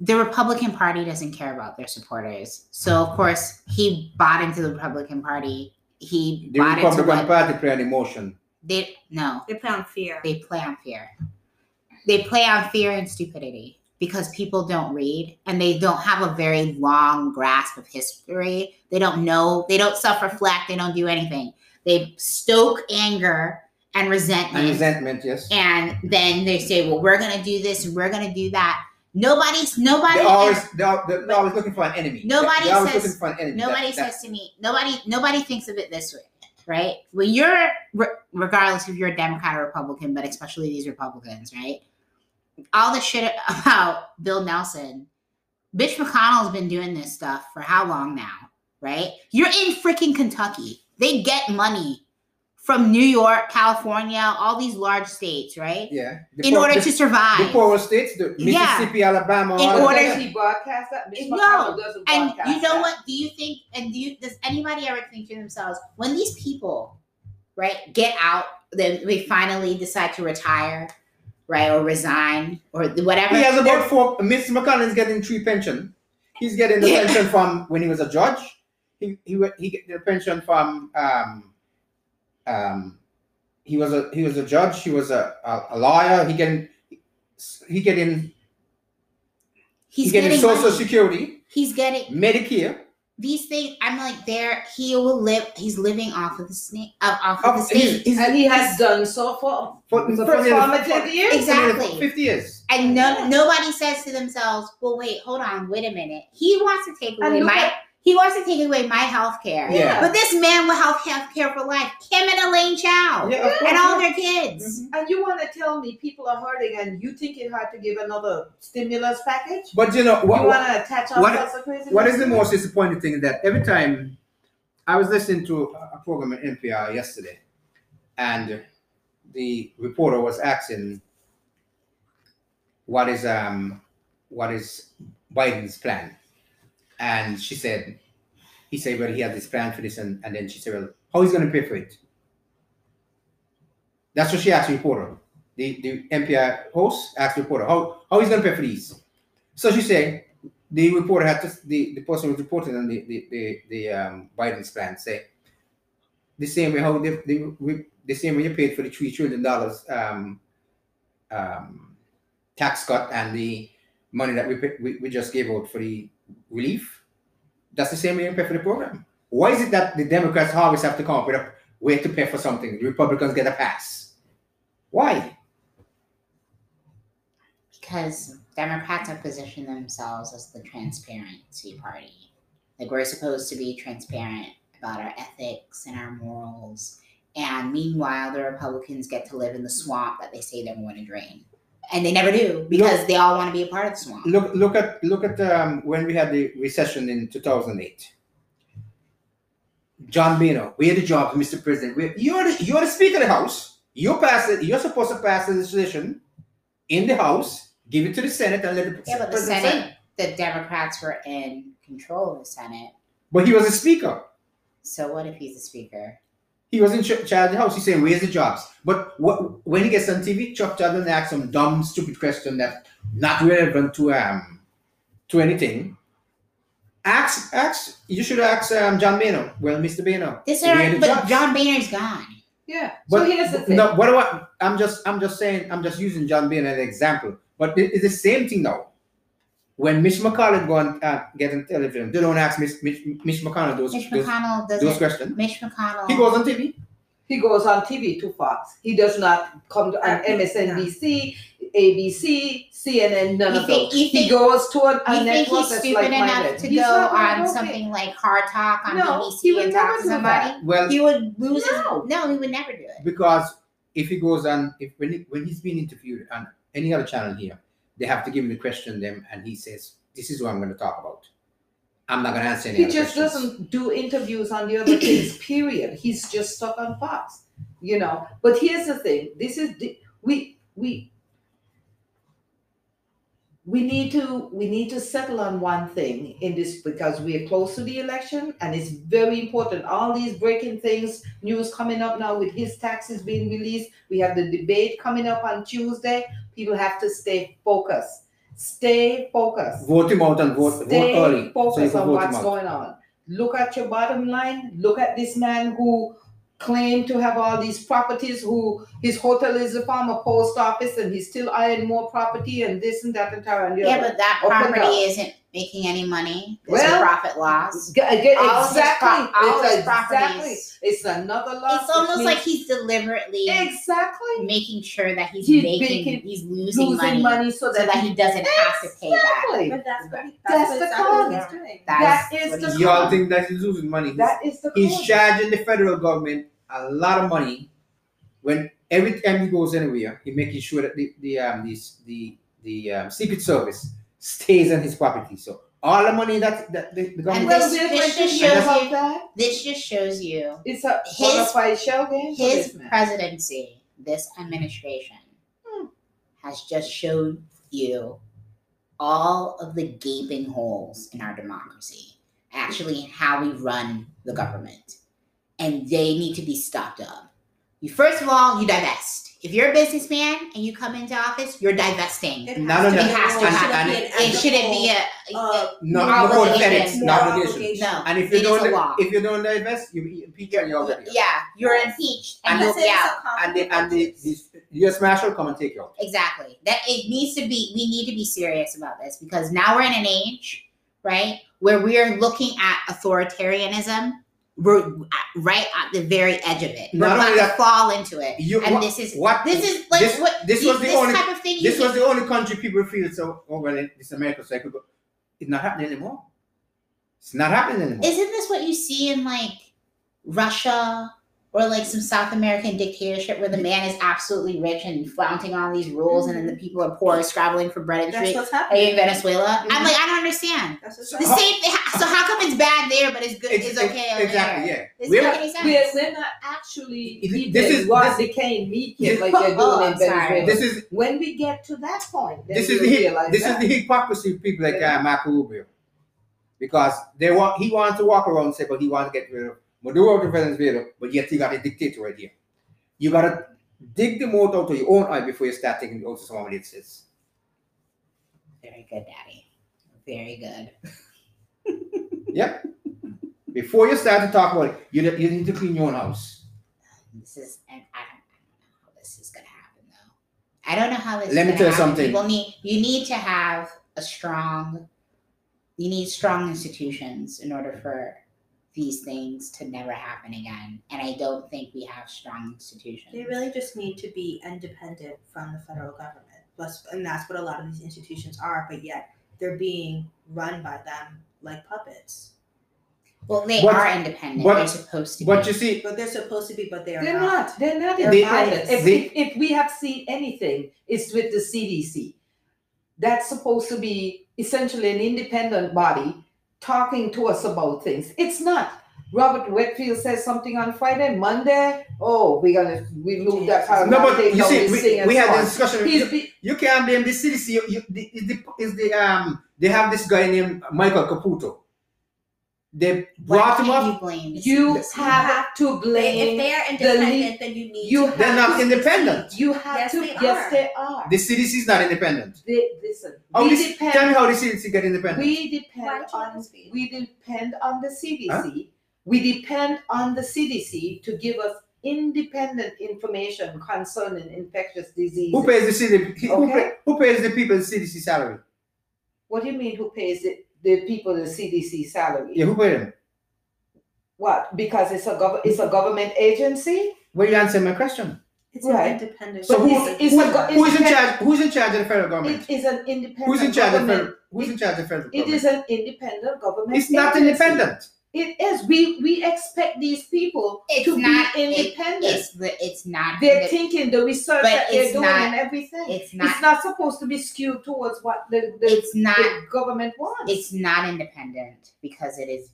[SPEAKER 1] the Republican Party doesn't care about their supporters. So of course he bought into the Republican Party. He
[SPEAKER 3] The
[SPEAKER 1] bought into
[SPEAKER 3] Republican
[SPEAKER 1] what
[SPEAKER 3] Party play on emotion.
[SPEAKER 1] they no.
[SPEAKER 2] they play on fear.
[SPEAKER 1] They play on fear. They play on fear and stupidity because people don't read and they don't have a very long grasp of history. They don't know, they don't self reflect, they don't do anything. They stoke anger and
[SPEAKER 3] And
[SPEAKER 1] resentment.
[SPEAKER 3] resentment, yes.
[SPEAKER 1] And then they say, well, we're going to do this and we're going to do that. Nobody's, nobody,
[SPEAKER 3] They're always, they're, al- they're always looking for an enemy. They're-
[SPEAKER 1] Nobody
[SPEAKER 3] they're always
[SPEAKER 1] says-
[SPEAKER 3] looking for an enemy.
[SPEAKER 1] nobody
[SPEAKER 3] That- that-
[SPEAKER 1] says to me nobody nobody thinks of it this way right when you're re- regardless if you're a democrat or republican but especially these republicans right all the shit about bill nelson bitch mcconnell's been doing this stuff for how long now right you're in freaking kentucky they get money from new york california all these large states right
[SPEAKER 3] yeah. The
[SPEAKER 1] in
[SPEAKER 3] poor-
[SPEAKER 1] order
[SPEAKER 3] the,
[SPEAKER 1] to survive
[SPEAKER 3] the poorer states, the
[SPEAKER 1] Yeah.
[SPEAKER 3] Mississippi, Alabama,
[SPEAKER 1] In
[SPEAKER 3] all
[SPEAKER 4] But
[SPEAKER 3] of
[SPEAKER 1] order-
[SPEAKER 3] that.
[SPEAKER 4] does he broadcast that? Mitch
[SPEAKER 1] No.
[SPEAKER 4] McConnell doesn't
[SPEAKER 1] And
[SPEAKER 4] broadcast
[SPEAKER 1] you know
[SPEAKER 4] that.
[SPEAKER 1] what? Do you think? And do you, does anybody ever think to themselves when these people, right, get out? Then they finally decide to retire, right, or resign or whatever.
[SPEAKER 3] He has
[SPEAKER 1] they're-
[SPEAKER 3] about four. Mr. McConnell is getting three pension. He's getting the
[SPEAKER 1] Yeah.
[SPEAKER 3] pension from when he was a judge. He he wa- he get the pension from um um he was a he was a judge. He was a a, a lawyer. He getting he getting
[SPEAKER 1] he's
[SPEAKER 3] he getting,
[SPEAKER 1] getting
[SPEAKER 3] Social
[SPEAKER 1] money.
[SPEAKER 3] Security,
[SPEAKER 1] He's getting
[SPEAKER 3] Medicare.
[SPEAKER 1] these things. I'm like, there. He will live. He's living off of the snake. Uh, off of the
[SPEAKER 3] Of- Oh, he's-
[SPEAKER 1] state.
[SPEAKER 3] he's-
[SPEAKER 4] And he has done so for,
[SPEAKER 3] For-
[SPEAKER 4] so
[SPEAKER 3] for-
[SPEAKER 4] for formative years.
[SPEAKER 1] Exactly.
[SPEAKER 3] Fifty years.
[SPEAKER 1] And no, nobody says to themselves, "Well, wait, hold on, wait a minute. He wants to take
[SPEAKER 4] And
[SPEAKER 1] away
[SPEAKER 4] look
[SPEAKER 1] my.
[SPEAKER 4] at-
[SPEAKER 1] he wants to take away my health care.
[SPEAKER 3] Yeah.
[SPEAKER 1] But this man will have health care for life. Kim and Elaine Chow
[SPEAKER 3] Yeah, of course.
[SPEAKER 1] and all their kids.
[SPEAKER 3] Mhm.
[SPEAKER 4] And you want to tell me people are hurting and you think it's hard to give another stimulus package?
[SPEAKER 3] But you know what? what-
[SPEAKER 4] you want to attach all
[SPEAKER 3] what-
[SPEAKER 4] sorts of crazy
[SPEAKER 3] What is the
[SPEAKER 4] things?
[SPEAKER 3] most disappointing thing that every time I was listening to a a program at NPR yesterday, and the reporter was asking, "What is um, what is Biden's plan?" And she said, "He said, well, he had this plan for this," and, and then she said, "Well, how he's going to pay for it?" That's what she asked the reporter. The the NPR host asked the reporter, "How how he's going to pay for these?" So she said the reporter had to the, the person who was reporting on the the the, the um, Biden's plan say the same way how they, they we, the same way you paid for the three trillion dollars um, um, tax cut and the money that we, pay, we we just gave out for the relief. That's the same way you pay for the program. Why is it that the Democrats always have to come up with a way to pay for something? The Republicans get a pass. Why?
[SPEAKER 1] Because Democrats have positioned themselves as the transparency party. Like we're supposed to be transparent about our ethics and our morals. And meanwhile, the Republicans get to live in the swamp that they say they're going to drain. And they never do because they all want to be a part of the swamp.
[SPEAKER 3] look look at look at um, when we had the recession in 2008 john Bino, we had the job mr president We're- you're the, you're the speaker of the house you pass it you're supposed to pass the legislation in the house give it to the senate and let the
[SPEAKER 1] yeah, but the
[SPEAKER 3] president sign it.
[SPEAKER 1] Senate, the Democrats were in control of the Senate.
[SPEAKER 3] but he was a speaker
[SPEAKER 1] So what if he's a speaker?
[SPEAKER 3] He was in Ch- Charlie House. He's saying, "Where's the jobs?" But what, when he gets on TV, Chuck Chadlin asks some dumb, stupid question that not relevant to um to anything. Ask, ask. You should ask um, John Bano. Well, Mr. Bano,
[SPEAKER 1] This
[SPEAKER 3] We had
[SPEAKER 1] era,
[SPEAKER 3] a
[SPEAKER 1] but
[SPEAKER 3] judge.
[SPEAKER 1] John Boehner's gone.
[SPEAKER 4] Yeah.
[SPEAKER 3] But
[SPEAKER 4] so here's the thing.
[SPEAKER 3] no, what do I? I'm just, I'm just saying, I'm just using John Bean as an example. But it- it's the same thing now. When Mitch McConnell go and uh, get on television, they don't ask Mitch, Mitch, Mitch McConnell those
[SPEAKER 1] Mitch
[SPEAKER 3] those,
[SPEAKER 1] McConnell
[SPEAKER 3] those
[SPEAKER 1] doesn't.
[SPEAKER 3] questions.
[SPEAKER 1] Mitch McConnell.
[SPEAKER 3] He goes on TV.
[SPEAKER 4] He goes on TV to Fox. He does not come to on
[SPEAKER 2] Yeah.
[SPEAKER 4] MSNBC, ABC, CNN, none
[SPEAKER 1] You
[SPEAKER 4] of
[SPEAKER 1] think-
[SPEAKER 4] those.
[SPEAKER 1] you
[SPEAKER 4] He
[SPEAKER 1] think-
[SPEAKER 4] goes to a, a
[SPEAKER 1] you think
[SPEAKER 4] network
[SPEAKER 1] he's
[SPEAKER 4] that's
[SPEAKER 1] stupid
[SPEAKER 4] like
[SPEAKER 1] enough
[SPEAKER 4] minded.
[SPEAKER 1] to
[SPEAKER 4] He's
[SPEAKER 1] go
[SPEAKER 4] not gonna
[SPEAKER 1] on
[SPEAKER 4] do
[SPEAKER 1] something
[SPEAKER 4] it.
[SPEAKER 1] like Hard Talk on
[SPEAKER 4] No, he
[SPEAKER 1] BBC
[SPEAKER 4] would
[SPEAKER 1] and talk
[SPEAKER 4] never
[SPEAKER 1] to
[SPEAKER 4] do
[SPEAKER 1] somebody?
[SPEAKER 3] Well,
[SPEAKER 1] He would lose
[SPEAKER 4] No.
[SPEAKER 1] his. No, he would never do it.
[SPEAKER 3] because if he goes on, if when he, when he's been interviewed on any other channel here, they have to give him the question them, and he says, "This is what I'm going to talk about. I'm not going to answer any."
[SPEAKER 4] He
[SPEAKER 3] other
[SPEAKER 4] just
[SPEAKER 3] questions."
[SPEAKER 4] doesn't do interviews on the other things. Period. He's just stuck on Fox, you know. But here's the thing: this is the- we we we need to we need to settle on one thing in this because we are close to the election and it's very important. All these breaking things, news coming up now with his taxes being released. We have the debate coming up on Tuesday. People have to stay focused. Stay focused
[SPEAKER 3] vote him out and vote,
[SPEAKER 4] stay
[SPEAKER 3] vote early. so you
[SPEAKER 4] focused
[SPEAKER 3] can
[SPEAKER 4] on
[SPEAKER 3] vote him
[SPEAKER 4] what's
[SPEAKER 3] out.
[SPEAKER 4] going on. Look at your bottom line. Look at this man who claimed to have all these properties, who his hotel is a former post office, and he's still eyeing more property and this and that and that and the
[SPEAKER 1] Yeah,
[SPEAKER 4] other.
[SPEAKER 1] but that
[SPEAKER 4] Open
[SPEAKER 1] property
[SPEAKER 4] up.
[SPEAKER 1] isn't making any money. There's
[SPEAKER 4] Well,
[SPEAKER 1] a profit loss.
[SPEAKER 4] G- again,
[SPEAKER 1] All of his
[SPEAKER 4] exactly.
[SPEAKER 1] pro- all of
[SPEAKER 4] it's
[SPEAKER 1] his
[SPEAKER 4] exactly.
[SPEAKER 1] properties.
[SPEAKER 4] It's another loss.
[SPEAKER 1] It's
[SPEAKER 4] which
[SPEAKER 1] almost
[SPEAKER 4] means-
[SPEAKER 1] like he's deliberately
[SPEAKER 4] exactly
[SPEAKER 1] making sure that he's,
[SPEAKER 4] He's
[SPEAKER 1] making,
[SPEAKER 4] making-
[SPEAKER 1] he's losing, money,
[SPEAKER 4] losing money so
[SPEAKER 1] so
[SPEAKER 4] that,
[SPEAKER 1] that he doesn't have to pay back.
[SPEAKER 4] exactly.
[SPEAKER 2] But that's what he-
[SPEAKER 4] That's
[SPEAKER 2] what
[SPEAKER 4] the
[SPEAKER 2] exactly
[SPEAKER 4] con.
[SPEAKER 2] what he's doing.
[SPEAKER 1] That
[SPEAKER 4] That is
[SPEAKER 1] what
[SPEAKER 4] the
[SPEAKER 1] he's-
[SPEAKER 3] Y'all think that he's losing money? He's-
[SPEAKER 4] That is the
[SPEAKER 3] He's
[SPEAKER 4] code.
[SPEAKER 3] charging the federal government a lot of money when every time he goes anywhere, he's making sure that the the um, the the, the um, Secret Service stays on his property. So all the money that, that the, the
[SPEAKER 1] And
[SPEAKER 3] government
[SPEAKER 4] well,
[SPEAKER 1] this-
[SPEAKER 4] we're
[SPEAKER 1] this
[SPEAKER 4] going to
[SPEAKER 1] just
[SPEAKER 4] hear
[SPEAKER 1] shows
[SPEAKER 4] about
[SPEAKER 1] you-
[SPEAKER 4] that.
[SPEAKER 1] This just shows you
[SPEAKER 4] It's a
[SPEAKER 1] his-
[SPEAKER 4] bona fide shell game. for
[SPEAKER 1] his
[SPEAKER 4] this man.
[SPEAKER 1] presidency, this administration,
[SPEAKER 4] Hmm.
[SPEAKER 1] has just showed you all of the gaping holes in our democracy, actually, in how we run the government. And they need to be stopped up. You first of all, you divest. If you're a businessman and you come into office, you're divesting.
[SPEAKER 2] It
[SPEAKER 3] No,
[SPEAKER 2] has to
[SPEAKER 3] no, no.
[SPEAKER 2] be-
[SPEAKER 1] It has to-
[SPEAKER 2] shouldn't
[SPEAKER 3] and-
[SPEAKER 2] be an
[SPEAKER 3] and
[SPEAKER 1] It shouldn't be a,
[SPEAKER 2] ethical, uh,
[SPEAKER 3] no,
[SPEAKER 1] Our
[SPEAKER 3] no code
[SPEAKER 1] obligation.
[SPEAKER 3] FedEx, no
[SPEAKER 2] Our
[SPEAKER 3] obligation.
[SPEAKER 2] obligation.
[SPEAKER 1] no.
[SPEAKER 3] And
[SPEAKER 1] it
[SPEAKER 3] if you
[SPEAKER 1] is a law.
[SPEAKER 3] don't if you don't divest, you impeach and you're out.
[SPEAKER 1] yeah, you're impeached and,
[SPEAKER 3] And
[SPEAKER 1] you'll
[SPEAKER 2] Unless
[SPEAKER 1] be
[SPEAKER 2] it is
[SPEAKER 1] out.
[SPEAKER 2] a conflict
[SPEAKER 3] And the and
[SPEAKER 2] of
[SPEAKER 3] the,
[SPEAKER 2] interest.
[SPEAKER 3] the U.S. Marshal come and take you out.
[SPEAKER 1] Exactly. That it needs to be we need to be serious about this because now we're in an age, right, where we are looking at authoritarianism. We're at- right at the very edge of it. We're
[SPEAKER 3] Not
[SPEAKER 1] about
[SPEAKER 3] only
[SPEAKER 1] to
[SPEAKER 3] that-
[SPEAKER 1] fall into it.
[SPEAKER 3] You
[SPEAKER 1] and
[SPEAKER 3] what,
[SPEAKER 1] this is
[SPEAKER 3] what
[SPEAKER 1] this is like
[SPEAKER 3] this-
[SPEAKER 1] what
[SPEAKER 3] this
[SPEAKER 1] you-
[SPEAKER 3] was the
[SPEAKER 1] this
[SPEAKER 3] only-
[SPEAKER 1] type of thing
[SPEAKER 3] this
[SPEAKER 1] you
[SPEAKER 3] was the only country people feel so oh well it's America so I could go. It's not happening anymore. It's not happening anymore.
[SPEAKER 1] isn't this what you see in like Russia or like some South American dictatorship where the man is absolutely rich and flaunting all these rules and then the people are poor scrabbling for bread and
[SPEAKER 2] That's
[SPEAKER 1] street?
[SPEAKER 2] what's
[SPEAKER 1] Are you
[SPEAKER 2] happening.
[SPEAKER 1] in Venezuela? I'm
[SPEAKER 3] Mm-hmm.
[SPEAKER 2] Mhm.
[SPEAKER 1] like, I don't understand.
[SPEAKER 2] That's what's
[SPEAKER 1] The
[SPEAKER 3] How-
[SPEAKER 1] same thing. So how come it's bad there, but it's good? It's,
[SPEAKER 3] Uh-huh. It's-
[SPEAKER 1] okay. over
[SPEAKER 3] exactly,
[SPEAKER 1] There?
[SPEAKER 3] yeah.
[SPEAKER 1] This
[SPEAKER 3] We're-
[SPEAKER 1] doesn't make any sense.
[SPEAKER 4] We're, we're not actually
[SPEAKER 3] It-
[SPEAKER 4] eating
[SPEAKER 3] this is- this-
[SPEAKER 4] what they can meat
[SPEAKER 3] this-
[SPEAKER 4] like they're doing
[SPEAKER 1] Oh, I'm
[SPEAKER 4] in
[SPEAKER 1] sorry.
[SPEAKER 4] Venezuela.
[SPEAKER 3] This is
[SPEAKER 4] when we get to that point, then
[SPEAKER 3] this is
[SPEAKER 4] we'll
[SPEAKER 3] the
[SPEAKER 4] realize
[SPEAKER 3] this is
[SPEAKER 4] that.
[SPEAKER 3] the hypocrisy of people like
[SPEAKER 4] Yeah.
[SPEAKER 3] uh, Marco Rubio, because they want he wants to walk around and say, but he wants to get rid of Maduro to Venezuela, but yet he got a dictator right here. You gotta dig the mold out of your own eye before you start taking the oath of someone else's.
[SPEAKER 1] Very good, Daddy. Very good.
[SPEAKER 3] Before you start to talk about it, you ne- you need to clean your own house.
[SPEAKER 1] This is, and I don't, I don't know how this is gonna happen though. I don't know how this. is
[SPEAKER 3] Let me
[SPEAKER 1] gonna
[SPEAKER 3] tell you
[SPEAKER 1] happen.
[SPEAKER 3] something.
[SPEAKER 1] People need. You need to have a strong. You need strong institutions in order for these things to never happen again, and I don't think we have strong institutions.
[SPEAKER 2] They really just need to be independent from the federal government. Plus, and that's what a lot of these institutions are, but yet they're being run by them like puppets.
[SPEAKER 1] well, they
[SPEAKER 3] What-
[SPEAKER 1] are independent.
[SPEAKER 3] what-
[SPEAKER 1] They're supposed to.
[SPEAKER 3] But
[SPEAKER 1] be.
[SPEAKER 3] you see,
[SPEAKER 2] But they're supposed to be, but they are
[SPEAKER 4] They're not. They're not
[SPEAKER 2] They're
[SPEAKER 4] independent.
[SPEAKER 2] biased.
[SPEAKER 4] If,
[SPEAKER 3] They-
[SPEAKER 4] if, if we have seen anything, it's with the CDC. That's supposed to be essentially an independent body talking to us about things. It's not. Robert Whitfield says something on Friday, Monday. Oh, we're gonna we move that
[SPEAKER 2] No,
[SPEAKER 4] paragraph.
[SPEAKER 3] no, but
[SPEAKER 4] take
[SPEAKER 3] you
[SPEAKER 4] down
[SPEAKER 3] see,
[SPEAKER 4] this thing
[SPEAKER 3] we,
[SPEAKER 4] and
[SPEAKER 3] we
[SPEAKER 4] so
[SPEAKER 3] had
[SPEAKER 4] on.
[SPEAKER 3] this discussion.
[SPEAKER 4] He's
[SPEAKER 3] You,
[SPEAKER 4] be-
[SPEAKER 3] you can't blame the CDC. You, you, the, is the, is the um they have this guy named Michael Caputo. They
[SPEAKER 1] Why
[SPEAKER 3] brought him
[SPEAKER 1] can't
[SPEAKER 3] up.
[SPEAKER 1] You, blame the
[SPEAKER 4] You
[SPEAKER 1] citizens?
[SPEAKER 4] have to
[SPEAKER 5] They,
[SPEAKER 4] blame.
[SPEAKER 5] if they are
[SPEAKER 4] the
[SPEAKER 5] independent,
[SPEAKER 4] lead-
[SPEAKER 5] then you need.
[SPEAKER 4] you
[SPEAKER 5] to
[SPEAKER 4] have
[SPEAKER 3] They're not
[SPEAKER 4] to-
[SPEAKER 3] independent.
[SPEAKER 4] you have
[SPEAKER 5] Yes,
[SPEAKER 4] to.
[SPEAKER 5] they
[SPEAKER 4] yes,
[SPEAKER 5] are.
[SPEAKER 4] they are.
[SPEAKER 3] The CDC is not independent.
[SPEAKER 4] They, listen.
[SPEAKER 3] How
[SPEAKER 4] we
[SPEAKER 3] this-
[SPEAKER 4] depend.
[SPEAKER 3] Tell me how the CDC get independent.
[SPEAKER 4] we
[SPEAKER 5] Why
[SPEAKER 4] depend
[SPEAKER 5] don't you let
[SPEAKER 4] on
[SPEAKER 5] us be?
[SPEAKER 4] we depend on the CDC.
[SPEAKER 3] Huh?
[SPEAKER 4] We depend on the CDC to give us independent information concerning infectious disease.
[SPEAKER 3] Who pays the CDC? Who,
[SPEAKER 4] Okay.
[SPEAKER 3] pay- who pays the people the CDC salary?
[SPEAKER 4] What do you mean? Who pays the, the people the CDC salary?
[SPEAKER 3] Yeah, who pay them?
[SPEAKER 4] What? Because it's a gov- it's a government agency.
[SPEAKER 3] Well, you answer my question.
[SPEAKER 2] It's
[SPEAKER 4] Right.
[SPEAKER 2] an independent.
[SPEAKER 3] So who-
[SPEAKER 4] It's- it's
[SPEAKER 2] who,
[SPEAKER 4] a go-
[SPEAKER 3] Who is in
[SPEAKER 4] Independent-
[SPEAKER 3] charge? Who's in charge of the federal government?
[SPEAKER 4] It is an independent.
[SPEAKER 3] Who's in charge of
[SPEAKER 4] government.
[SPEAKER 3] federal? Who's in charge of federal
[SPEAKER 4] It
[SPEAKER 3] government?
[SPEAKER 4] is an independent government.
[SPEAKER 3] It's not
[SPEAKER 4] agency.
[SPEAKER 3] independent.
[SPEAKER 4] It is. We we expect these people
[SPEAKER 1] It's
[SPEAKER 4] to
[SPEAKER 1] not-
[SPEAKER 4] be
[SPEAKER 1] it-
[SPEAKER 4] independent.
[SPEAKER 1] It's the, it's not.
[SPEAKER 4] they're
[SPEAKER 1] the-
[SPEAKER 4] thinking the research
[SPEAKER 1] But
[SPEAKER 4] that they're
[SPEAKER 1] it's
[SPEAKER 4] doing
[SPEAKER 1] not-
[SPEAKER 4] and everything.
[SPEAKER 1] it's not.
[SPEAKER 4] it's not supposed to be skewed towards what the, the,
[SPEAKER 1] It's not.
[SPEAKER 4] the government wants.
[SPEAKER 1] It's not independent because it is.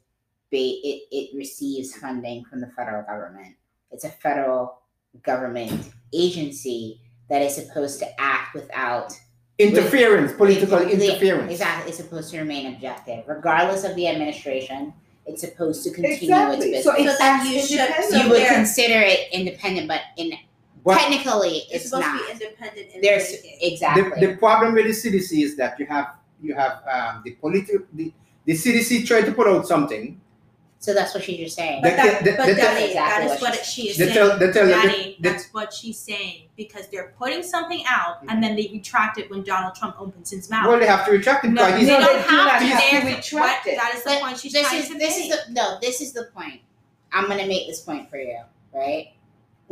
[SPEAKER 1] Ba- it it receives funding from the federal government. It's a federal government agency that is supposed to act without
[SPEAKER 3] Interference, political
[SPEAKER 1] It- it-
[SPEAKER 3] interference.
[SPEAKER 1] Exactly, it's supposed to remain objective, regardless of the administration. It's supposed to continue its
[SPEAKER 4] exactly.
[SPEAKER 1] business.
[SPEAKER 4] So
[SPEAKER 5] business.
[SPEAKER 4] it's
[SPEAKER 5] So then you should-
[SPEAKER 4] independent.
[SPEAKER 5] so
[SPEAKER 1] you would
[SPEAKER 5] they're-
[SPEAKER 1] consider it independent, but in
[SPEAKER 3] But
[SPEAKER 1] technically,
[SPEAKER 5] it's
[SPEAKER 1] it's
[SPEAKER 5] supposed
[SPEAKER 1] not.
[SPEAKER 5] to be independent. In
[SPEAKER 1] There's
[SPEAKER 5] thinking.
[SPEAKER 1] exactly.
[SPEAKER 3] the, the problem with the CDC is that you have you have um, the political the, the CDC tried to put out something.
[SPEAKER 1] so that's what she's just saying.
[SPEAKER 3] They
[SPEAKER 5] But that,
[SPEAKER 3] they-
[SPEAKER 5] but
[SPEAKER 3] they-
[SPEAKER 5] Daddy,
[SPEAKER 1] exactly
[SPEAKER 5] that is
[SPEAKER 1] what
[SPEAKER 5] what she is
[SPEAKER 3] They
[SPEAKER 5] saying.
[SPEAKER 3] tell they tell they,
[SPEAKER 5] Daddy,
[SPEAKER 3] they-
[SPEAKER 5] that's what she's saying because they're putting something out and then they retract it when Donald Trump opens his mouth.
[SPEAKER 3] well they have to retract him
[SPEAKER 5] no, they
[SPEAKER 3] because he's
[SPEAKER 4] No,
[SPEAKER 5] don't
[SPEAKER 4] they do
[SPEAKER 5] have
[SPEAKER 4] not
[SPEAKER 5] to.
[SPEAKER 4] have to
[SPEAKER 5] There's
[SPEAKER 4] retract
[SPEAKER 5] what-
[SPEAKER 4] it.
[SPEAKER 5] That is the
[SPEAKER 1] But
[SPEAKER 5] point she's
[SPEAKER 1] this
[SPEAKER 5] trying
[SPEAKER 1] is
[SPEAKER 5] to
[SPEAKER 1] this
[SPEAKER 5] make.
[SPEAKER 1] is the no. This is the point. I'm gonna make this point for you, right?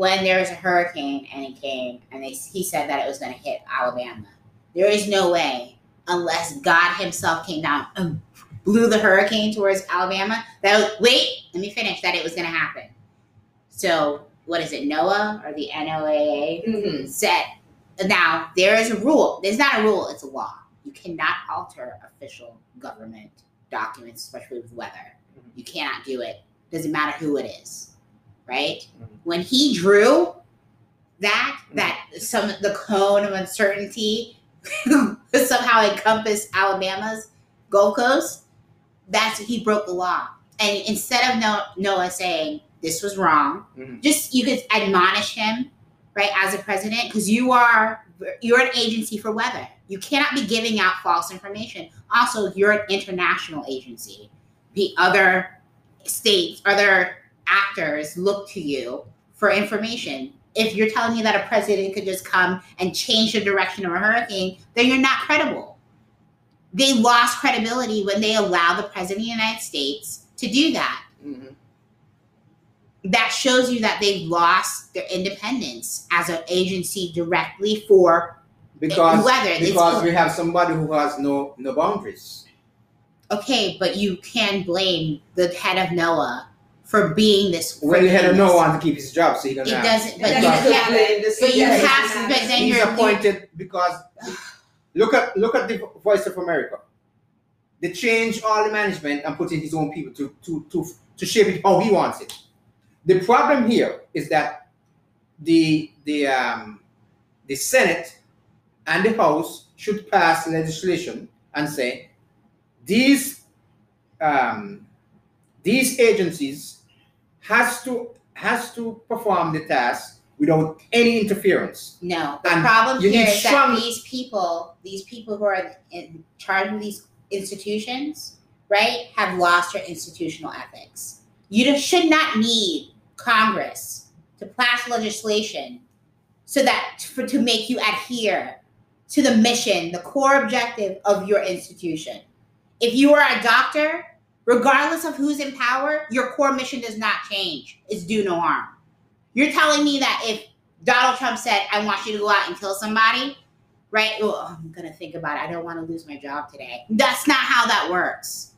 [SPEAKER 1] When there was a hurricane and it came, and they, he said that it was gonna hit Alabama. There is no way, unless God Himself came down and blew the hurricane towards Alabama. That was, wait, let me finish. That it was gonna happen. So what is it, NOAA or the NOAA?
[SPEAKER 4] Mhm.
[SPEAKER 1] set. Now, there is a rule. There's not a rule, it's a law. You cannot alter official government documents, especially with weather.
[SPEAKER 3] Mhm.
[SPEAKER 1] You cannot do it. Doesn't matter who it is, right?
[SPEAKER 3] Mhm.
[SPEAKER 1] When he drew that,
[SPEAKER 3] Mhm.
[SPEAKER 1] that some the cone of uncertainty somehow encompassed Alabama's Gold Coast, that's he broke the law. And instead of no, Noah saying this was wrong,
[SPEAKER 4] Mm-hmm.
[SPEAKER 3] Mhm.
[SPEAKER 1] just you could admonish him right as a president because you are you're an agency for weather you cannot be giving out false information also you're an international agency the other states other actors look to you for information if you're telling me that a president could just come and change the direction of a hurricane then you're not credible they lost credibility when they allow the president of the united states to do that
[SPEAKER 3] Mhm.
[SPEAKER 1] that shows you that they've lost their independence as an agency directly for
[SPEAKER 3] because
[SPEAKER 1] weather. It's-
[SPEAKER 3] because we have somebody who has no no boundaries.
[SPEAKER 1] okay, but you can blame the head of NOAA for being this.
[SPEAKER 3] Well, you had
[SPEAKER 1] freaking-
[SPEAKER 3] no one to keep his job, so he doesn't.
[SPEAKER 1] It
[SPEAKER 3] have-
[SPEAKER 1] doesn't, Mm-hmm. but
[SPEAKER 3] It
[SPEAKER 1] you
[SPEAKER 3] doesn't.
[SPEAKER 4] Because-
[SPEAKER 1] have, but you
[SPEAKER 4] Yes.
[SPEAKER 1] have, but then
[SPEAKER 3] he's
[SPEAKER 1] you're
[SPEAKER 3] appointed because look at look at the Voice of America. They change all the management and put in his own people to to to to shape it how he wants it. The problem here is that the the um, the Senate and the House should pass legislation and say these um, these agencies has to has to perform the task without any interference.
[SPEAKER 1] No, the
[SPEAKER 3] And
[SPEAKER 1] problem
[SPEAKER 3] you
[SPEAKER 1] here
[SPEAKER 3] need
[SPEAKER 1] is
[SPEAKER 3] strong-
[SPEAKER 1] that these people, these people who are in charge of these institutions, right, have lost their institutional ethics. You just should not need Congress to pass legislation so that for to make you adhere to the mission, the core objective of your institution. If you are a doctor, regardless of who's in power, your core mission does not change. It's do no harm. You're telling me that if Donald Trump said, I want you to go out and kill somebody, right? Well, oh, I'm going to think about it. I don't want to lose my job today. That's not how that works.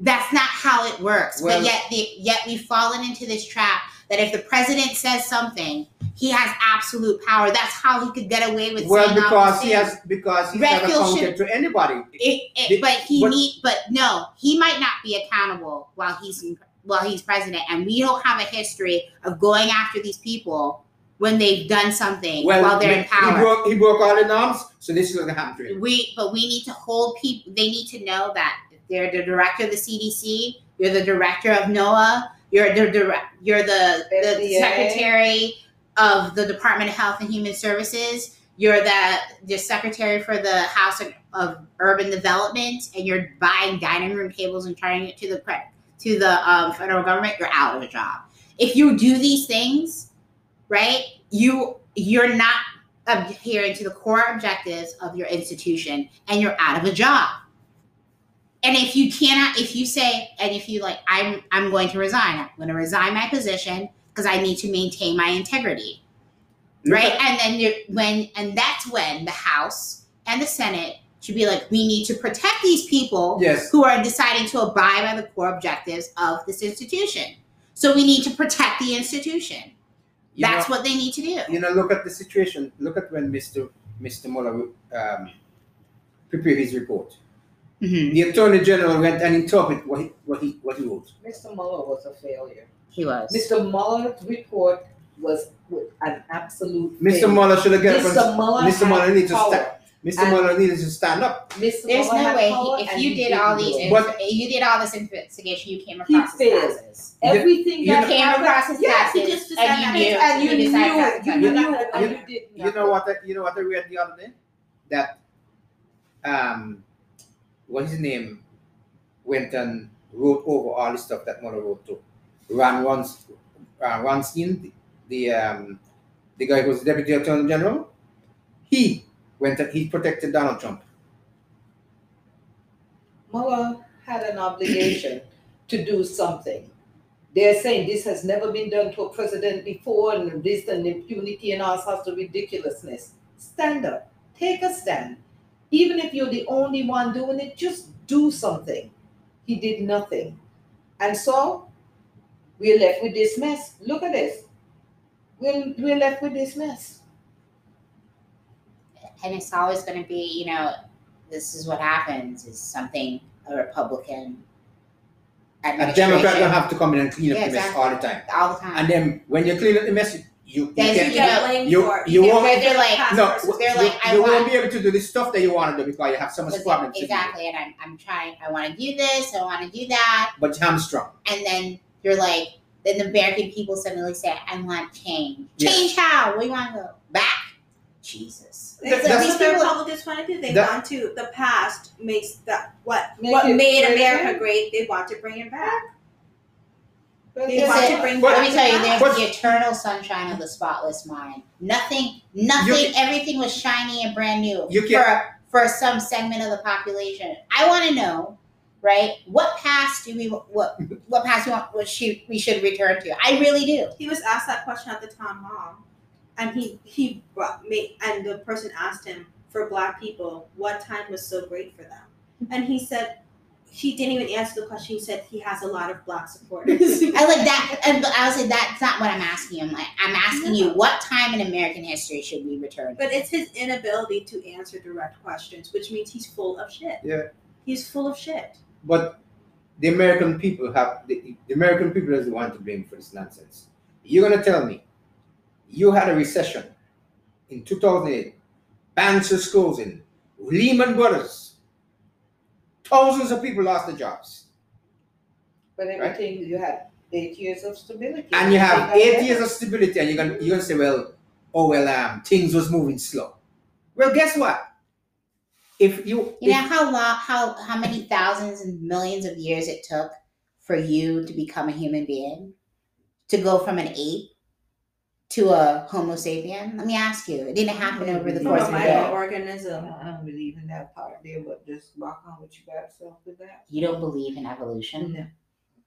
[SPEAKER 1] That's not how it works.
[SPEAKER 3] Well-
[SPEAKER 1] but yet, the, yet we've fallen into this trap that if the president says something, he has absolute power. That's how he could get away with
[SPEAKER 3] Well,
[SPEAKER 1] saying all
[SPEAKER 3] because
[SPEAKER 1] these
[SPEAKER 3] he
[SPEAKER 1] things.
[SPEAKER 3] has because he's
[SPEAKER 1] Red
[SPEAKER 3] not
[SPEAKER 1] Hill
[SPEAKER 3] accounted to anybody.
[SPEAKER 1] It, it,
[SPEAKER 3] Th-
[SPEAKER 1] but he
[SPEAKER 3] but-
[SPEAKER 1] need, but no, he might not be accountable while he's in- while he's president, and we don't have a history of going after these people when they've done something
[SPEAKER 3] Well,
[SPEAKER 1] while they're in
[SPEAKER 3] he-
[SPEAKER 1] power.
[SPEAKER 3] he broke he broke all the norms, so this is gonna happen to him.
[SPEAKER 1] we but we need to hold people. They need to know that if they're the director of the CDC. You're the director of NOAA. You're the direct. You're the, the
[SPEAKER 4] FDA.
[SPEAKER 1] secretary of the Department of Health and Human Services. You're the the secretary for the House of, of Urban Development, and you're buying dining room tables and turning it to the pre- to the um, federal government. You're out of a job if you do these things, right? You you're not adhering to the core objectives of your institution, and you're out of a job. And if you cannot, if you say, and if you like, I'm I'm going to resign. I'm going to resign my position because I need to maintain my integrity, right? And then you when and that's when the House and the Senate should be like, we need to protect these people
[SPEAKER 3] Yes.
[SPEAKER 1] who are deciding to abide by the core objectives of this institution. So we need to protect the institution.
[SPEAKER 3] You know-
[SPEAKER 1] That's what they need to do.
[SPEAKER 3] you know, look at the situation. Look at when Mr. Mr. Mueller um, prepared his report.
[SPEAKER 1] Mm-hmm.
[SPEAKER 3] The Attorney General went and interpreted what he, what he what he wrote.
[SPEAKER 4] Mr. Mueller was a failure.
[SPEAKER 1] He was.
[SPEAKER 4] Mr. Mueller's report was an absolute
[SPEAKER 3] Mr.
[SPEAKER 4] failure.
[SPEAKER 3] Mueller should have get up.
[SPEAKER 4] Mr.
[SPEAKER 3] and-
[SPEAKER 4] Mueller
[SPEAKER 3] Mr. Mueller
[SPEAKER 4] had
[SPEAKER 3] needs to
[SPEAKER 4] power.
[SPEAKER 3] stand. Mr.
[SPEAKER 4] And-
[SPEAKER 3] Mueller needs to stand up.
[SPEAKER 4] Mr.
[SPEAKER 1] There's
[SPEAKER 4] Mueller
[SPEAKER 1] no
[SPEAKER 4] had
[SPEAKER 1] way
[SPEAKER 4] power
[SPEAKER 1] he, if
[SPEAKER 4] and
[SPEAKER 1] you
[SPEAKER 4] he
[SPEAKER 1] did
[SPEAKER 4] didn't
[SPEAKER 1] all
[SPEAKER 4] do
[SPEAKER 1] these,
[SPEAKER 4] it.
[SPEAKER 1] ins-
[SPEAKER 3] But-
[SPEAKER 1] if you did all this investigation, you came
[SPEAKER 4] He
[SPEAKER 1] across his
[SPEAKER 4] failed.
[SPEAKER 1] taxes.
[SPEAKER 4] everything
[SPEAKER 3] You
[SPEAKER 1] You
[SPEAKER 4] that
[SPEAKER 3] know-
[SPEAKER 1] came
[SPEAKER 4] happened-
[SPEAKER 1] across his
[SPEAKER 4] Yes,
[SPEAKER 5] he
[SPEAKER 1] taxes,
[SPEAKER 5] just decided
[SPEAKER 1] and you
[SPEAKER 5] not to
[SPEAKER 1] knew,
[SPEAKER 5] do it.
[SPEAKER 4] and you
[SPEAKER 1] you
[SPEAKER 4] knew,
[SPEAKER 1] decided not to
[SPEAKER 4] you
[SPEAKER 1] touch
[SPEAKER 4] knew,
[SPEAKER 1] it.
[SPEAKER 4] and you did
[SPEAKER 3] You know what? I, you know what I read the other day that um, what his name went and wrote over all the stuff that Mueller wrote to Ron Rons, uh, Ronstein, the the, um, the guy who was deputy attorney general. He went and he protected Donald Trump.
[SPEAKER 4] Mueller had an obligation to do something. They're saying this has never been done to a president before, and this and impunity and all sorts of ridiculousness. Stand up, take a stand. Even if you're the only one doing it, just do something. He did nothing. And so we're left with this mess. Look at this. We're, we're left with this mess.
[SPEAKER 1] and it's always going to be, you know, this is what happens is something a Republican
[SPEAKER 3] A Democrat don't
[SPEAKER 1] administration
[SPEAKER 3] have to come in and clean up
[SPEAKER 1] Yeah,
[SPEAKER 3] the mess
[SPEAKER 1] exactly.
[SPEAKER 3] all the time.
[SPEAKER 1] all the time.
[SPEAKER 3] And then when you clean up the mess, you, you
[SPEAKER 1] Yes,
[SPEAKER 3] can't
[SPEAKER 1] you get
[SPEAKER 5] blamed
[SPEAKER 3] you-
[SPEAKER 5] for it.
[SPEAKER 3] you
[SPEAKER 5] get
[SPEAKER 3] won't-
[SPEAKER 5] blamed for
[SPEAKER 1] They're like,
[SPEAKER 5] past
[SPEAKER 3] no,
[SPEAKER 5] person.
[SPEAKER 1] they're
[SPEAKER 3] you,
[SPEAKER 1] like, I
[SPEAKER 3] you
[SPEAKER 1] want-
[SPEAKER 3] won't be able to do the stuff that you want to do because you have so much
[SPEAKER 1] Listen,
[SPEAKER 3] problems. to do.
[SPEAKER 1] exactly, and I'm, I'm trying. I want to do this. I want to do that,
[SPEAKER 3] But hamstrung.
[SPEAKER 1] and then you're like, then the American people suddenly say, "I want change.
[SPEAKER 3] Yeah.
[SPEAKER 1] Change how? Where you want to go? Back? Jesus.
[SPEAKER 3] That-
[SPEAKER 5] It's like
[SPEAKER 3] that's-
[SPEAKER 5] what the Republicans want to do. They
[SPEAKER 3] that-
[SPEAKER 5] want to. The past makes that what
[SPEAKER 4] Make
[SPEAKER 5] what
[SPEAKER 4] it
[SPEAKER 5] made
[SPEAKER 4] great
[SPEAKER 5] America
[SPEAKER 4] again.
[SPEAKER 5] great. They want to bring it back. They
[SPEAKER 1] It's
[SPEAKER 5] want
[SPEAKER 1] a-
[SPEAKER 5] to bring
[SPEAKER 3] But-
[SPEAKER 5] back.
[SPEAKER 1] Let me tell you,
[SPEAKER 5] the
[SPEAKER 1] there's
[SPEAKER 3] But-
[SPEAKER 1] the eternal sunshine of the spotless mind. Nothing, nothing, everything was shiny and brand new
[SPEAKER 3] You can't-
[SPEAKER 1] for for some segment of the population. I want to know, right? What past do we what what past we want what should we should return to? I really do.
[SPEAKER 5] he was asked that question at the town hall, and he he brought me and the person asked him for black people what time was so great for them, and he said he didn't even answer the question. He said he has a lot of black supporters.
[SPEAKER 1] I like that, and I was like, that's not what I'm asking. I'm like, I'm asking you, what time in American history should we return? to?
[SPEAKER 5] But it's his inability to answer direct questions, which means he's full of shit.
[SPEAKER 3] Yeah.
[SPEAKER 5] He's full of shit.
[SPEAKER 3] But the American people have the, the American people is the one to blame for this nonsense. You're gonna tell me you had a recession in 2008, banks was closing, Lehman Brothers, thousands of people lost their jobs,
[SPEAKER 4] But everything you had eight years of stability.
[SPEAKER 3] and you have
[SPEAKER 4] Everything
[SPEAKER 3] eight
[SPEAKER 4] like
[SPEAKER 3] years
[SPEAKER 4] that.
[SPEAKER 3] of stability, and you're gonna you're gonna say, well, oh well, um, things was moving slow. Well, guess what? If you,
[SPEAKER 1] You know
[SPEAKER 3] if-
[SPEAKER 1] how long, how how many thousands and millions of years it took for you to become a human being, to go from an ape to a Homo sapien. Let me ask you, it didn't happen over the
[SPEAKER 4] Of
[SPEAKER 1] course
[SPEAKER 4] course
[SPEAKER 1] of a
[SPEAKER 4] we
[SPEAKER 1] day.
[SPEAKER 4] did.
[SPEAKER 5] microorganism.
[SPEAKER 4] I don't believe in that part there, but just rock on with your bad self with that.
[SPEAKER 1] You don't believe in evolution.
[SPEAKER 4] No.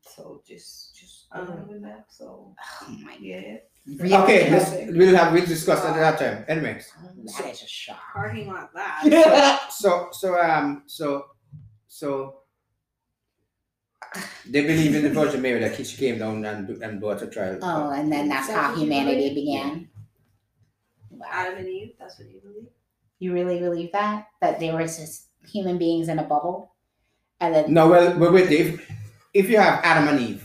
[SPEAKER 4] So just, just
[SPEAKER 1] Uh-huh.
[SPEAKER 4] go
[SPEAKER 5] Um,
[SPEAKER 4] with that. So
[SPEAKER 1] Oh my
[SPEAKER 4] yeah.
[SPEAKER 1] really?
[SPEAKER 3] okay,
[SPEAKER 1] That
[SPEAKER 3] let's, we'll have we'll discuss that another time. Anyways.
[SPEAKER 1] is a shock.
[SPEAKER 5] Parking lot that.
[SPEAKER 3] so so um so so they believe in the Virgin Mary that she came down and and brought a trial.
[SPEAKER 1] Oh, and then that's how humanity began. Wow.
[SPEAKER 5] Adam and Eve, that's what you believe.
[SPEAKER 1] You really believe that? That they were just human beings in a bubble? And then
[SPEAKER 3] No, well, but wait, if if you have Adam and Eve,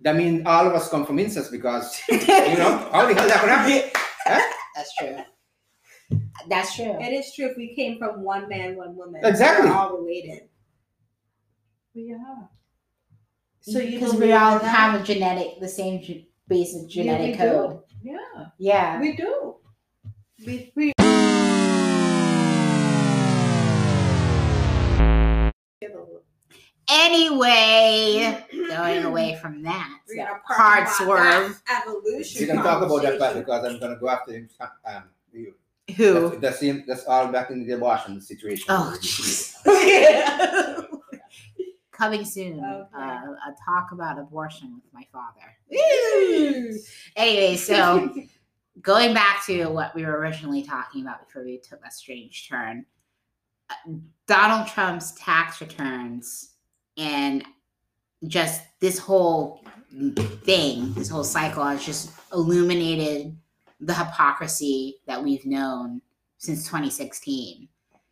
[SPEAKER 3] that means all of us come from incest because you know how the hell that would happen?
[SPEAKER 1] That's true. That's true.
[SPEAKER 5] It is true if we came from one man, one woman.
[SPEAKER 3] Exactly.
[SPEAKER 5] We're all related.
[SPEAKER 4] We are.
[SPEAKER 2] So you
[SPEAKER 1] because
[SPEAKER 2] don't
[SPEAKER 1] we
[SPEAKER 2] believe
[SPEAKER 1] all
[SPEAKER 2] in that?
[SPEAKER 1] have a genetic, the same ge- basic
[SPEAKER 4] Yeah, we
[SPEAKER 1] genetic
[SPEAKER 4] do.
[SPEAKER 1] code.
[SPEAKER 4] Yeah,
[SPEAKER 1] Yeah.
[SPEAKER 4] we do.
[SPEAKER 2] We-
[SPEAKER 4] we
[SPEAKER 1] Anyway, going away from that,
[SPEAKER 5] We're gonna park
[SPEAKER 1] card
[SPEAKER 5] about
[SPEAKER 1] swerve.
[SPEAKER 5] that Evolution.
[SPEAKER 3] You can talk about that part
[SPEAKER 5] conversation.
[SPEAKER 3] because I'm gonna go after him. Um, you.
[SPEAKER 1] Who?
[SPEAKER 3] That's, that's, him, that's all back in the abortion situation.
[SPEAKER 1] Oh, jeez. Coming soon,
[SPEAKER 4] Okay.
[SPEAKER 1] uh, a talk about abortion with my father. Anyway, so going back to what we were originally talking about before we took a strange turn, uh, Donald Trump's tax returns and just this whole thing, this whole cycle has just illuminated the hypocrisy that we've known since 2016.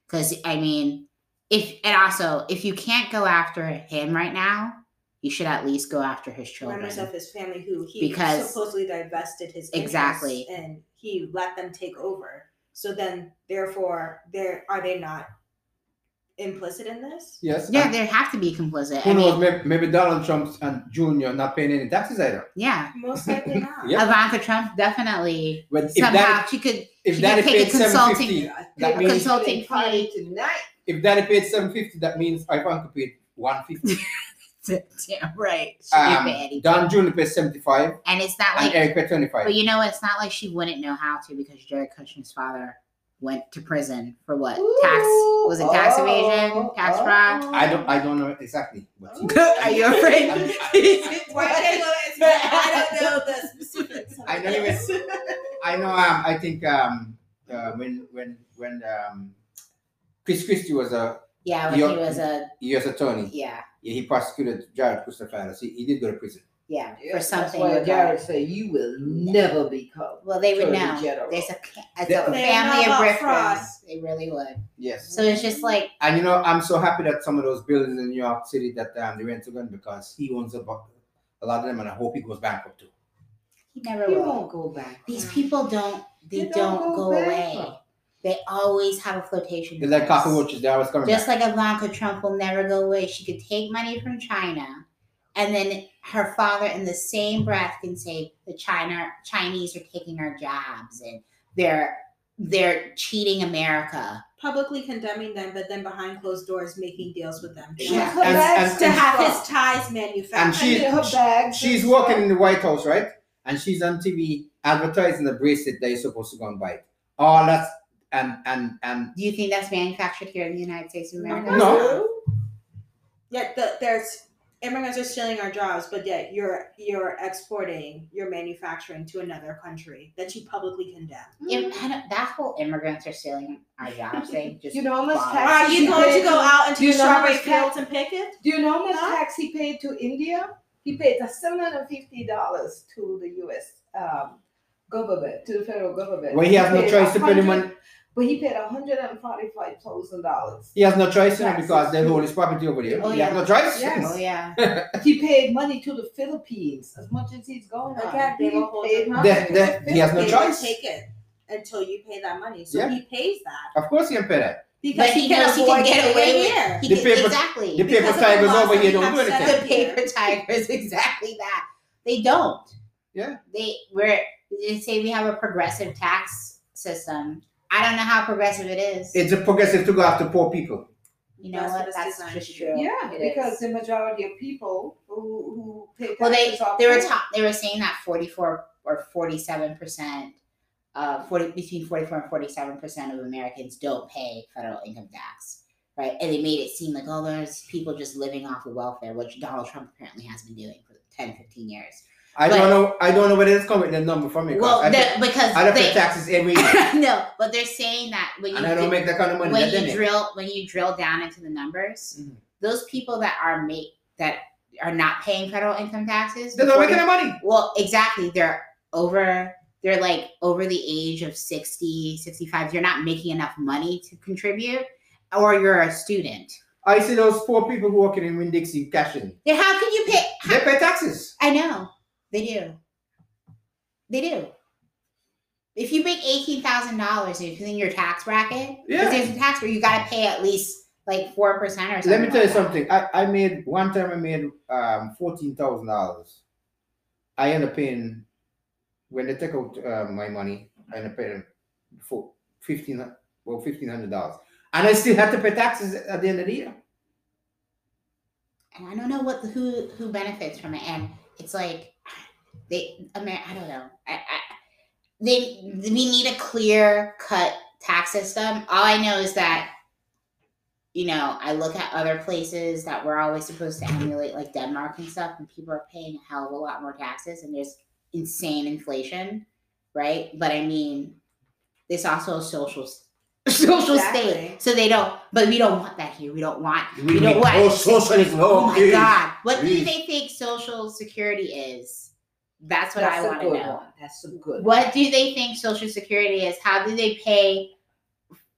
[SPEAKER 1] Because, I mean, if, and also, if you can't go after him right now, you should at least go after his
[SPEAKER 5] Remind
[SPEAKER 1] children.
[SPEAKER 5] myself his family who he
[SPEAKER 1] Because-
[SPEAKER 5] supposedly divested his interests
[SPEAKER 1] Exactly.
[SPEAKER 5] and he let them take over. So then, therefore, there are they not implicit in this?
[SPEAKER 3] Yes.
[SPEAKER 1] Yeah,
[SPEAKER 3] and
[SPEAKER 1] they have to be complicit.
[SPEAKER 3] Um, Who
[SPEAKER 1] I
[SPEAKER 3] knows?
[SPEAKER 1] mean,
[SPEAKER 3] Maybe, maybe Donald Trump and Junior not paying any taxes either.
[SPEAKER 1] yeah,
[SPEAKER 5] Most likely not.
[SPEAKER 3] Yeah.
[SPEAKER 1] Ivanka Trump definitely
[SPEAKER 3] But if
[SPEAKER 1] somehow
[SPEAKER 3] that
[SPEAKER 1] she could.
[SPEAKER 3] if
[SPEAKER 1] she
[SPEAKER 3] Daddy
[SPEAKER 1] could take
[SPEAKER 3] paid
[SPEAKER 1] a consulting-
[SPEAKER 3] seven fifty,
[SPEAKER 1] A
[SPEAKER 3] that means
[SPEAKER 1] consulting
[SPEAKER 4] party
[SPEAKER 1] fee.
[SPEAKER 4] tonight.
[SPEAKER 3] if Daddy paid seven fifty, that means Ivanka paid one fifty.
[SPEAKER 1] Yeah, right. She could pay
[SPEAKER 3] Um,
[SPEAKER 1] anything.
[SPEAKER 3] Don Junior paid seventy five,
[SPEAKER 1] and it's not
[SPEAKER 3] and
[SPEAKER 1] like,
[SPEAKER 3] Eric paid twenty
[SPEAKER 1] but
[SPEAKER 3] five.
[SPEAKER 1] you know, it's not like she wouldn't know how to because Jared Kushner's father went to prison for what tax
[SPEAKER 4] Ooh,
[SPEAKER 1] was it tax
[SPEAKER 4] oh,
[SPEAKER 1] evasion, tax fraud?
[SPEAKER 4] oh.
[SPEAKER 3] I don't I don't know exactly, but
[SPEAKER 4] Oh.
[SPEAKER 1] Are you afraid?
[SPEAKER 5] Why can't you let it- I don't know the specifics. of
[SPEAKER 3] I know
[SPEAKER 5] it.
[SPEAKER 3] it was- I know. Um, I think um, uh, when when when um, Chris Christie was a
[SPEAKER 1] yeah, when he
[SPEAKER 3] You're-
[SPEAKER 1] was a
[SPEAKER 3] U.S. attorney,
[SPEAKER 1] yeah,
[SPEAKER 3] yeah, he prosecuted Jared Kushner. He, he did go to prison.
[SPEAKER 1] yeah,
[SPEAKER 4] Yeah,
[SPEAKER 1] for something.
[SPEAKER 4] That's why
[SPEAKER 1] with
[SPEAKER 4] Jared
[SPEAKER 1] that.
[SPEAKER 4] said you will never be called.
[SPEAKER 1] Well, they would
[SPEAKER 4] Attorney
[SPEAKER 1] know.
[SPEAKER 4] General.
[SPEAKER 1] There's a, it's
[SPEAKER 3] They-
[SPEAKER 1] a
[SPEAKER 5] They
[SPEAKER 1] family
[SPEAKER 5] know
[SPEAKER 1] of
[SPEAKER 5] about
[SPEAKER 1] riffraff.
[SPEAKER 5] fraud.
[SPEAKER 1] They really would.
[SPEAKER 3] Yes,
[SPEAKER 1] So it's just like
[SPEAKER 3] and you know I'm so happy that some of those buildings in New York City that um, they went to gun because he owns a, bu- a lot of them, and I hope he goes bankrupt too.
[SPEAKER 1] he never
[SPEAKER 4] You
[SPEAKER 1] will.
[SPEAKER 4] won't go back.
[SPEAKER 1] These
[SPEAKER 5] Yeah.
[SPEAKER 1] people don't they
[SPEAKER 4] You
[SPEAKER 1] don't,
[SPEAKER 4] don't go
[SPEAKER 1] go
[SPEAKER 4] back.
[SPEAKER 1] away. They always have a flotation.
[SPEAKER 3] They're like
[SPEAKER 1] device.
[SPEAKER 3] cockroaches; they're always coming
[SPEAKER 1] Just
[SPEAKER 3] back.
[SPEAKER 1] like Ivanka Trump will never go away. She could take money from China and then her father in the same breath can say the China Chinese are taking our jobs and they're they're cheating America.
[SPEAKER 5] Publicly condemning them, but then behind closed doors making deals with them
[SPEAKER 4] She
[SPEAKER 3] Yeah.
[SPEAKER 4] took her
[SPEAKER 3] And-
[SPEAKER 4] bags
[SPEAKER 3] and-
[SPEAKER 5] to
[SPEAKER 4] and
[SPEAKER 5] have
[SPEAKER 4] stuff.
[SPEAKER 5] his ties
[SPEAKER 3] And
[SPEAKER 5] manufactured.
[SPEAKER 4] I
[SPEAKER 3] she-
[SPEAKER 4] did her bags.
[SPEAKER 3] She's
[SPEAKER 4] and
[SPEAKER 3] working
[SPEAKER 4] stuff.
[SPEAKER 3] in the White House, right? And she's on TV advertising the bracelet that you're supposed to go and buy. All that's and and and
[SPEAKER 1] Do you think that's manufactured here in the United States of America?
[SPEAKER 3] No.
[SPEAKER 5] Yet the, there's immigrants are stealing our jobs, but yet you're you're exporting your manufacturing to another country that you publicly condemn.
[SPEAKER 1] Im- I don't- that whole immigrants are stealing our jobs thing just
[SPEAKER 4] You know how much
[SPEAKER 1] bothers
[SPEAKER 4] tax
[SPEAKER 1] me.
[SPEAKER 5] Are you
[SPEAKER 4] she
[SPEAKER 5] going to
[SPEAKER 4] paid
[SPEAKER 5] go
[SPEAKER 4] to-
[SPEAKER 5] out into
[SPEAKER 4] you
[SPEAKER 5] the
[SPEAKER 4] know how
[SPEAKER 5] strawberry
[SPEAKER 4] much tax-
[SPEAKER 5] fields and pick it?
[SPEAKER 4] Do you know how much
[SPEAKER 5] Huh?
[SPEAKER 4] tax he paid to India? He paid seven hundred fifty dollars to the U.S. Um, government, to the federal government.
[SPEAKER 3] well, he has no
[SPEAKER 4] paid
[SPEAKER 3] choice to put him
[SPEAKER 4] 100
[SPEAKER 3] on.
[SPEAKER 4] But he paid one hundred and forty-five thousand dollars.
[SPEAKER 3] He has no choice you know,
[SPEAKER 4] Taxes.
[SPEAKER 3] because they hold his property over there.
[SPEAKER 1] Oh,
[SPEAKER 3] he
[SPEAKER 1] yeah.
[SPEAKER 3] has no choice.
[SPEAKER 4] Yes.
[SPEAKER 1] Oh yeah.
[SPEAKER 4] He paid money to the Philippines as much as he's going. on.
[SPEAKER 5] Again, they
[SPEAKER 4] He
[SPEAKER 5] will hold
[SPEAKER 4] paid
[SPEAKER 5] him
[SPEAKER 4] money.
[SPEAKER 3] That- that- he has no
[SPEAKER 5] Oh, They will
[SPEAKER 3] choice.
[SPEAKER 5] Take it until you pay that money. So
[SPEAKER 3] Yeah.
[SPEAKER 5] he pays that
[SPEAKER 3] Of course, he can pay that.
[SPEAKER 5] because
[SPEAKER 1] But he
[SPEAKER 5] can
[SPEAKER 1] knows he can
[SPEAKER 5] avoid
[SPEAKER 1] get
[SPEAKER 5] it
[SPEAKER 1] away with
[SPEAKER 5] here.
[SPEAKER 1] He
[SPEAKER 3] The
[SPEAKER 1] did-
[SPEAKER 3] paper-
[SPEAKER 1] exactly.
[SPEAKER 3] The paper
[SPEAKER 5] Because of
[SPEAKER 3] tigers
[SPEAKER 5] the laws
[SPEAKER 3] over
[SPEAKER 5] that
[SPEAKER 3] here
[SPEAKER 5] we
[SPEAKER 3] don't
[SPEAKER 5] have
[SPEAKER 3] do
[SPEAKER 5] set
[SPEAKER 3] anything.
[SPEAKER 5] up.
[SPEAKER 1] the paper tigers exactly that they don't
[SPEAKER 3] Yeah.
[SPEAKER 1] they we're they say we have a progressive tax system i don't know how progressive it is
[SPEAKER 3] It's a progressive to go after poor people.
[SPEAKER 1] you know
[SPEAKER 5] That's what
[SPEAKER 1] what
[SPEAKER 5] it's
[SPEAKER 1] that's
[SPEAKER 5] designed
[SPEAKER 1] just
[SPEAKER 5] to
[SPEAKER 1] true
[SPEAKER 4] Yeah,
[SPEAKER 1] It
[SPEAKER 4] because
[SPEAKER 1] is.
[SPEAKER 4] the majority of people who who pay
[SPEAKER 1] well they
[SPEAKER 4] taxes are
[SPEAKER 1] they were
[SPEAKER 4] poor.
[SPEAKER 1] ta- they were saying that 44 or 47 percent uh 40 between 44 and 47 percent of americans don't pay federal income tax right and they made it seem like oh there's people just living off of welfare which donald trump apparently has been doing for 10 15 years
[SPEAKER 3] I
[SPEAKER 1] But-
[SPEAKER 3] don't know. I don't know where it's coming. The number from me. 'cause
[SPEAKER 1] well
[SPEAKER 3] Oh I, pay-
[SPEAKER 1] the, because
[SPEAKER 3] I don't
[SPEAKER 1] they,
[SPEAKER 3] pay taxes every year,
[SPEAKER 1] no, but they're saying that when you
[SPEAKER 3] and I don't make that kind of money.
[SPEAKER 1] when
[SPEAKER 3] that they
[SPEAKER 1] you
[SPEAKER 3] make.
[SPEAKER 1] drill when you drill down into the numbers,
[SPEAKER 3] Mhm.
[SPEAKER 1] those people that are make that are not paying federal income taxes,
[SPEAKER 3] they don't make
[SPEAKER 1] before-
[SPEAKER 3] any money.
[SPEAKER 1] well, exactly, they're over they're like over the age of 60, 65. You're not making enough money to contribute or you're a student.
[SPEAKER 3] I see those poor people working in Winn Dixie cashing.
[SPEAKER 1] Then how can you pay
[SPEAKER 3] They pay taxes.
[SPEAKER 1] I know. They do. They do. If you make eighteen thousand dollars and it's in your tax bracket,
[SPEAKER 3] Yeah.
[SPEAKER 1] because there's a tax where you gotta pay at least like four percent or something.
[SPEAKER 3] Let me tell you
[SPEAKER 1] like that.
[SPEAKER 3] something. I, I made one time I made um fourteen thousand dollars. I end up paying when they take out uh, my money, I end up paying for fifteen well fifteen hundred dollars, and I still had to pay taxes at the end of the year.
[SPEAKER 1] and I don't know what who who benefits from it, and it's like they Amer- I don't know. I, I, they we need a clear cut tax system. All I know is that you know I look at other places that we're always supposed to emulate, like Denmark and stuff, and people are paying a hell of a lot more taxes, and there's insane inflation, right? But I mean, there's also a social. s- Social
[SPEAKER 2] Exactly.
[SPEAKER 1] state, so they don't. But we don't want that here. We don't want
[SPEAKER 3] We
[SPEAKER 1] know
[SPEAKER 3] need
[SPEAKER 1] what?
[SPEAKER 3] more socialism.
[SPEAKER 1] Oh my
[SPEAKER 3] please.
[SPEAKER 1] god. What do
[SPEAKER 3] Jeez.
[SPEAKER 1] they think social security is? That's what
[SPEAKER 4] That's
[SPEAKER 1] I
[SPEAKER 4] a
[SPEAKER 1] want to
[SPEAKER 4] good
[SPEAKER 1] know.
[SPEAKER 4] one. That's a good. one.
[SPEAKER 1] What do they think social security is? How do they pay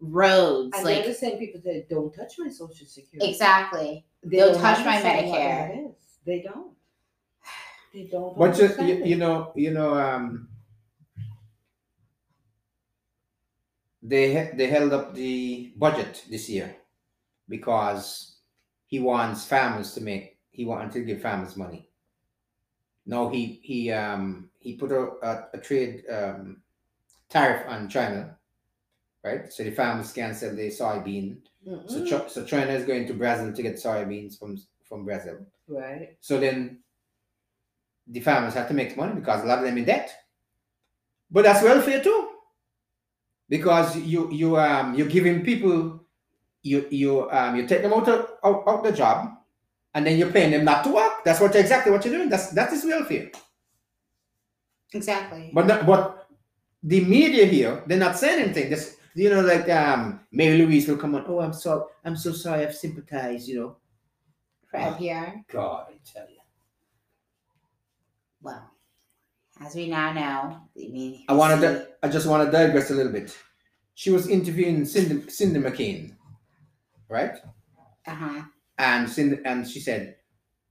[SPEAKER 1] roads?
[SPEAKER 4] And
[SPEAKER 1] like
[SPEAKER 4] they're the same people that don't touch my social security.
[SPEAKER 1] exactly.
[SPEAKER 4] They
[SPEAKER 1] They'll
[SPEAKER 4] don't
[SPEAKER 1] touch my
[SPEAKER 4] understand what
[SPEAKER 1] Medicare.
[SPEAKER 4] that is. They don't. They don't.
[SPEAKER 3] But you,
[SPEAKER 4] understand
[SPEAKER 3] you,
[SPEAKER 4] it.
[SPEAKER 3] you know, you know, um, they he- they held up the budget this year because he wants farmers to make he wanted to give farmers money. No, he he um he put a a, a trade um, tariff on China, right? So the farmers can sell their soybean. So
[SPEAKER 4] Mm-mm.
[SPEAKER 3] Chi- so China is going to Brazil to get soybeans from from Brazil.
[SPEAKER 4] right.
[SPEAKER 3] So then the farmers have to make money because a lot of them in debt. But that's welfare too. Because you you um you're giving people you you um you take them out of out, out the job and then you're paying them not to work. That's what exactly what you're doing. That's that is welfare.
[SPEAKER 1] Exactly.
[SPEAKER 3] But not, but the media here, they're not saying anything. This you know, like um Mary Louise will come on, oh I'm so I'm so sorry, I've sympathized, you know.
[SPEAKER 1] For NPR.
[SPEAKER 3] God, I tell you.
[SPEAKER 1] Well, as we now know, I mean
[SPEAKER 3] I wanted
[SPEAKER 1] see-
[SPEAKER 3] to. I just want to digress a little bit. She was interviewing Cindy, Cindy McCain, right?
[SPEAKER 1] uh-huh.
[SPEAKER 3] And Cindy, and she said,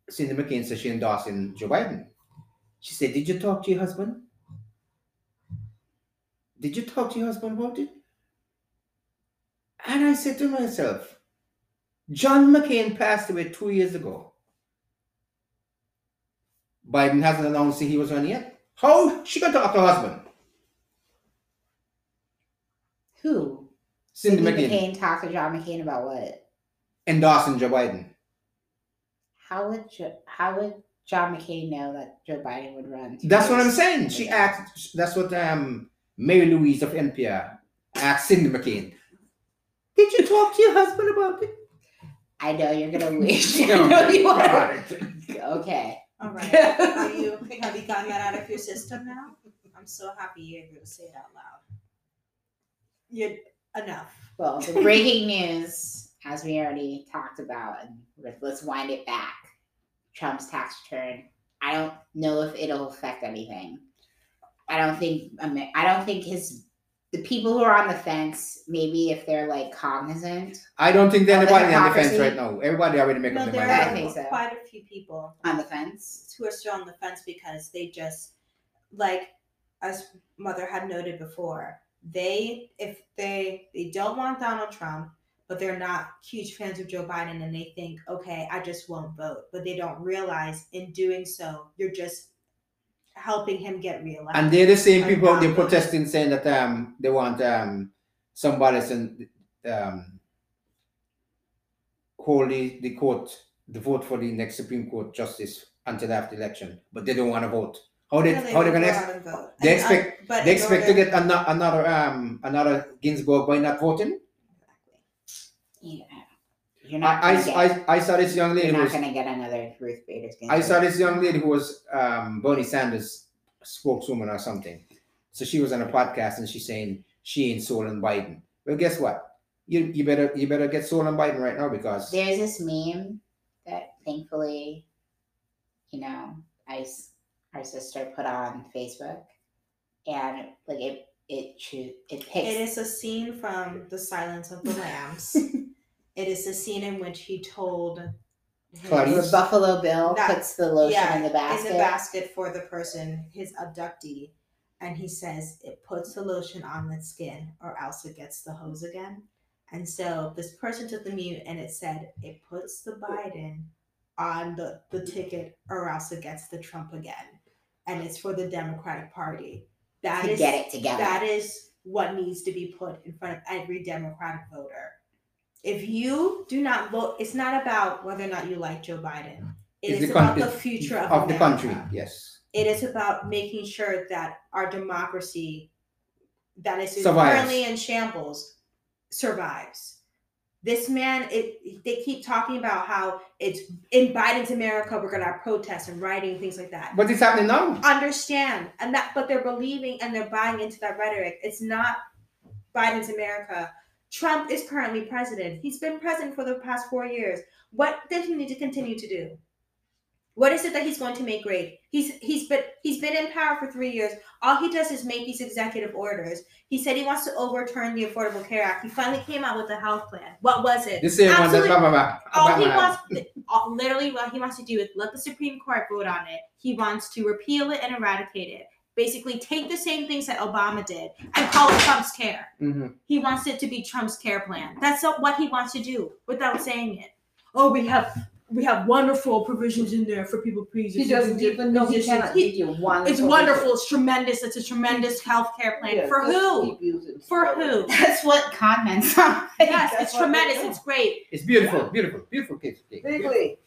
[SPEAKER 3] Cindy McCain said she endorsing Joe Biden. She said, "Did you talk to your husband? Did you talk to your husband about it?" And I said to myself, "John McCain passed away two years ago. Biden hasn't announced he was running yet. How she gonna talk to her husband?"
[SPEAKER 1] Who?
[SPEAKER 3] Cindy
[SPEAKER 1] Sidney
[SPEAKER 3] McCain,
[SPEAKER 1] talked to John McCain about what?
[SPEAKER 3] endorsing Joe Biden.
[SPEAKER 1] How would jo- how would John McCain know that Joe Biden would run? two
[SPEAKER 3] That's what I'm
[SPEAKER 1] years?
[SPEAKER 3] saying. She asked. That's what um Mary Louise of NPR asked Cindy McCain. Did you talk to your husband about it?
[SPEAKER 1] I know you're gonna wish. I know you are. Okay.
[SPEAKER 5] All right. Are you, have you gotten that out of your system now? I'm so happy you're able to say it out loud. You're enough.
[SPEAKER 1] Well, the breaking news, as we already talked about, and let- let's wind it back. Trump's tax return. I don't know if it'll affect anything. I don't think. I mean, I don't think his the people who are on the fence. Maybe if they're like cognizant
[SPEAKER 3] I don't think there's
[SPEAKER 1] Of the
[SPEAKER 3] anybody on the fence
[SPEAKER 1] hypocrisy.
[SPEAKER 3] right now. Everybody already make
[SPEAKER 5] No,
[SPEAKER 3] up their
[SPEAKER 5] there
[SPEAKER 1] I
[SPEAKER 5] are
[SPEAKER 3] mind.
[SPEAKER 1] think so.
[SPEAKER 5] quite a few people
[SPEAKER 1] on the fence.
[SPEAKER 5] who are still on the fence because they just like as mother had noted before they if they they don't want donald trump but they're not huge fans of joe biden and they think okay i just won't vote but they don't realize in doing so you're just helping him get reelected
[SPEAKER 3] And they're the same
[SPEAKER 5] Are
[SPEAKER 3] people out
[SPEAKER 5] not
[SPEAKER 3] there
[SPEAKER 5] voting.
[SPEAKER 3] protesting, saying that um they want um somebody to um hold the, the court the vote for the next Supreme Court justice until after the election, but they don't want to vote. How they,
[SPEAKER 5] No,
[SPEAKER 3] how they
[SPEAKER 5] don't
[SPEAKER 3] gonna
[SPEAKER 5] go
[SPEAKER 3] ex-
[SPEAKER 5] out and vote.
[SPEAKER 3] they
[SPEAKER 5] And, um, but
[SPEAKER 3] They
[SPEAKER 5] in
[SPEAKER 3] expect to
[SPEAKER 5] order-
[SPEAKER 3] get another another um another Ginsburg by not voting.
[SPEAKER 1] Yeah. You're not.
[SPEAKER 3] I I,
[SPEAKER 1] gonna get,
[SPEAKER 3] I, I saw this young lady
[SPEAKER 1] you're
[SPEAKER 3] who
[SPEAKER 1] not
[SPEAKER 3] was
[SPEAKER 1] going to get another Ruth Bader Ginsburg.
[SPEAKER 3] I saw this young lady who was um Bernie Sanders spokeswoman or something. So she was on a podcast and she's saying she ain't sold on Biden. Well, guess what? You you better you better get sold on Biden right now because
[SPEAKER 1] there's this meme that thankfully, you know, I s- our sister put on Facebook, and like it it choo- it
[SPEAKER 5] It
[SPEAKER 1] picks
[SPEAKER 5] is a scene from The Silence of the Lambs. it is a scene in which he told his-
[SPEAKER 1] where
[SPEAKER 3] Claudius-
[SPEAKER 1] Buffalo Bill
[SPEAKER 5] That-
[SPEAKER 1] puts the lotion
[SPEAKER 5] yeah,
[SPEAKER 1] in the basket.
[SPEAKER 5] in the basket for the person, his abductee, and he says it puts the lotion on the skin or else it gets the hose again. And so this person took the mute and it said it puts the Biden on the, the ticket or else it gets the Trump again. And it's for the Democratic Party. That
[SPEAKER 1] to
[SPEAKER 5] is
[SPEAKER 1] get it together.
[SPEAKER 5] that is what needs to be put in front of every Democratic voter. If you do not vote, it's not about whether or not you like Joe Biden. It
[SPEAKER 3] It's
[SPEAKER 5] is
[SPEAKER 3] the
[SPEAKER 5] about
[SPEAKER 3] con-
[SPEAKER 5] the future of,
[SPEAKER 3] of the
[SPEAKER 5] America.
[SPEAKER 3] country. Yes.
[SPEAKER 5] It is about making sure that our democracy, that is
[SPEAKER 3] Survives.
[SPEAKER 5] currently in shambles, survives. This man, it, they keep talking about how it's in Biden's America. We're going to have protests and rioting, things like that
[SPEAKER 3] But it's happening now.
[SPEAKER 5] understand and that but they're believing and they're buying into that rhetoric it's not biden's america trump is currently president he's been president for the past four years what does he need to continue to do what is it that he's going to make great he's he's been he's been in power for three years all he does is make these executive orders he said he wants to overturn the affordable care act he finally came out with a health plan what was it
[SPEAKER 3] The same one that
[SPEAKER 5] Absolutely.
[SPEAKER 3] Obama,
[SPEAKER 5] all Oh, he
[SPEAKER 3] Obama had.
[SPEAKER 5] wants, all, literally, what he wants to do is let the Supreme Court vote on it. He wants to repeal it and eradicate it. Basically, take the same things that Obama did and call it Trump's care.
[SPEAKER 3] Mhm.
[SPEAKER 5] He wants it to be Trump's care plan. That's not what he wants to do without saying it. Oh, we have we have wonderful provisions in there for people pleasing.
[SPEAKER 4] He doesn't even know he cannot give you one.
[SPEAKER 5] It's
[SPEAKER 4] solution.
[SPEAKER 5] wonderful. It's tremendous. It's a tremendous health care plan
[SPEAKER 4] Yeah,
[SPEAKER 5] for
[SPEAKER 4] just
[SPEAKER 5] who?
[SPEAKER 4] keep using
[SPEAKER 5] For
[SPEAKER 4] Florida.
[SPEAKER 5] who?
[SPEAKER 1] That's what comments are.
[SPEAKER 5] Yes,
[SPEAKER 4] that's
[SPEAKER 5] it's
[SPEAKER 4] what they
[SPEAKER 5] tremendous.
[SPEAKER 4] do.
[SPEAKER 5] It's great.
[SPEAKER 3] It's beautiful, beautiful, beautiful cake. cake.
[SPEAKER 4] Bigly.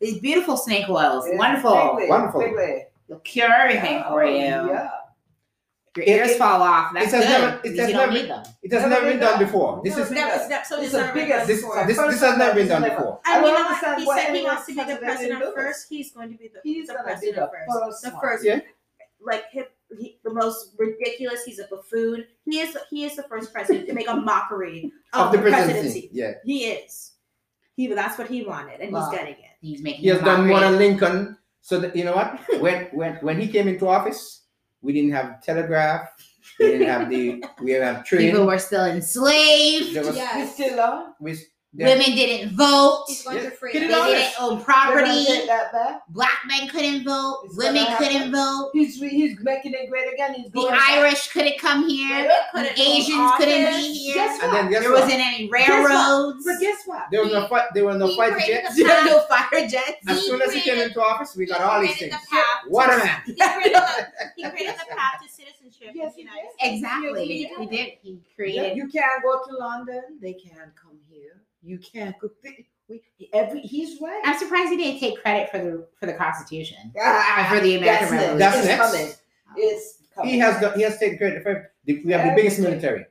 [SPEAKER 1] These beautiful snake oils.
[SPEAKER 4] It's
[SPEAKER 1] Wonderful.
[SPEAKER 4] Bigly.
[SPEAKER 3] Wonderful.
[SPEAKER 4] Bigly. Oh,
[SPEAKER 1] They'll cure everything for you.
[SPEAKER 4] Yeah.
[SPEAKER 1] Your
[SPEAKER 3] It-
[SPEAKER 1] ears
[SPEAKER 3] it-
[SPEAKER 1] fall off. That's
[SPEAKER 3] it has
[SPEAKER 1] good.
[SPEAKER 3] never- it
[SPEAKER 1] because
[SPEAKER 3] has
[SPEAKER 1] you don't
[SPEAKER 3] never-
[SPEAKER 1] need them.
[SPEAKER 3] It has
[SPEAKER 4] Never
[SPEAKER 3] never
[SPEAKER 4] been
[SPEAKER 3] been done
[SPEAKER 4] done.
[SPEAKER 3] before. This
[SPEAKER 4] No,
[SPEAKER 3] is
[SPEAKER 4] never.
[SPEAKER 5] That was that. So
[SPEAKER 4] It's
[SPEAKER 5] deserving.
[SPEAKER 4] the biggest.
[SPEAKER 3] this
[SPEAKER 4] before.
[SPEAKER 3] this this has never been done before.
[SPEAKER 5] I
[SPEAKER 4] I
[SPEAKER 5] mean,
[SPEAKER 4] don't
[SPEAKER 5] I-
[SPEAKER 4] understand
[SPEAKER 5] he
[SPEAKER 4] why
[SPEAKER 5] said he
[SPEAKER 4] everyone
[SPEAKER 5] wants to be the
[SPEAKER 4] has to
[SPEAKER 5] president
[SPEAKER 4] do this.
[SPEAKER 5] first. He's going to be the,
[SPEAKER 4] He's
[SPEAKER 5] the
[SPEAKER 4] gonna be
[SPEAKER 5] president
[SPEAKER 4] the
[SPEAKER 5] first.
[SPEAKER 4] first
[SPEAKER 5] The
[SPEAKER 4] one.
[SPEAKER 5] first,
[SPEAKER 3] Yeah.
[SPEAKER 5] like hip, he, the most ridiculous. He's a buffoon. He is. He is the first president to make a mockery of,
[SPEAKER 3] Of the presidency. Yeah.
[SPEAKER 5] He is. He. That's what he wanted, and
[SPEAKER 4] Wow.
[SPEAKER 5] he's getting it.
[SPEAKER 1] He's making
[SPEAKER 3] He has
[SPEAKER 1] a
[SPEAKER 3] done more
[SPEAKER 1] mockery.
[SPEAKER 3] than Lincoln. So that, you know what? When when when he came into office, we didn't have telegraph. We didn't have the we didn't have train.
[SPEAKER 1] People were still enslaved.
[SPEAKER 3] There was
[SPEAKER 4] We
[SPEAKER 6] Yes.
[SPEAKER 4] still are.
[SPEAKER 3] we- there-
[SPEAKER 1] Women didn't vote.
[SPEAKER 6] He's going
[SPEAKER 3] Yeah.
[SPEAKER 6] to free
[SPEAKER 3] Get
[SPEAKER 1] They
[SPEAKER 3] it
[SPEAKER 6] us.
[SPEAKER 3] on
[SPEAKER 1] didn't
[SPEAKER 3] honest.
[SPEAKER 1] own
[SPEAKER 4] They're gonna
[SPEAKER 1] property.
[SPEAKER 4] take that back.
[SPEAKER 1] Black men couldn't vote.
[SPEAKER 4] It's
[SPEAKER 1] Women
[SPEAKER 4] gonna
[SPEAKER 1] couldn't
[SPEAKER 4] happen.
[SPEAKER 1] vote.
[SPEAKER 4] He's re- he's making it great again. He's
[SPEAKER 1] The
[SPEAKER 4] going back.
[SPEAKER 1] Irish couldn't come here.
[SPEAKER 4] Yeah.
[SPEAKER 1] The
[SPEAKER 5] Couldn't hold
[SPEAKER 1] Asians couldn't be
[SPEAKER 5] office.
[SPEAKER 1] here.
[SPEAKER 4] Guess
[SPEAKER 3] And then guess
[SPEAKER 1] there
[SPEAKER 3] what?
[SPEAKER 1] wasn't any
[SPEAKER 4] Guess what?
[SPEAKER 1] railroads.
[SPEAKER 4] But guess what?
[SPEAKER 3] there was no fight. There were no
[SPEAKER 1] He
[SPEAKER 3] fight
[SPEAKER 1] created
[SPEAKER 3] jets.
[SPEAKER 1] the
[SPEAKER 5] Yeah, no fire jets.
[SPEAKER 3] As soon as he came into office, we got all these
[SPEAKER 1] created
[SPEAKER 3] things.
[SPEAKER 1] the path
[SPEAKER 3] What a
[SPEAKER 1] to-
[SPEAKER 3] man!
[SPEAKER 5] He created, the, he created the path to citizenship. in
[SPEAKER 4] Yes,
[SPEAKER 5] the
[SPEAKER 4] he
[SPEAKER 5] United
[SPEAKER 4] did.
[SPEAKER 1] Exactly.
[SPEAKER 4] Yes,
[SPEAKER 1] He
[SPEAKER 4] he did.
[SPEAKER 1] did. He
[SPEAKER 4] Yeah,
[SPEAKER 1] created.
[SPEAKER 4] you can't go to London. They can't come here. You can't go. We, every he's right.
[SPEAKER 1] I'm surprised he didn't take credit for the for the Constitution.
[SPEAKER 4] Ah,
[SPEAKER 1] For the American
[SPEAKER 4] that's
[SPEAKER 1] Revolution.
[SPEAKER 4] it.
[SPEAKER 3] That's
[SPEAKER 4] it's
[SPEAKER 3] next.
[SPEAKER 4] coming. It's coming.
[SPEAKER 3] He has the, he has taken credit for it. We have the biggest military.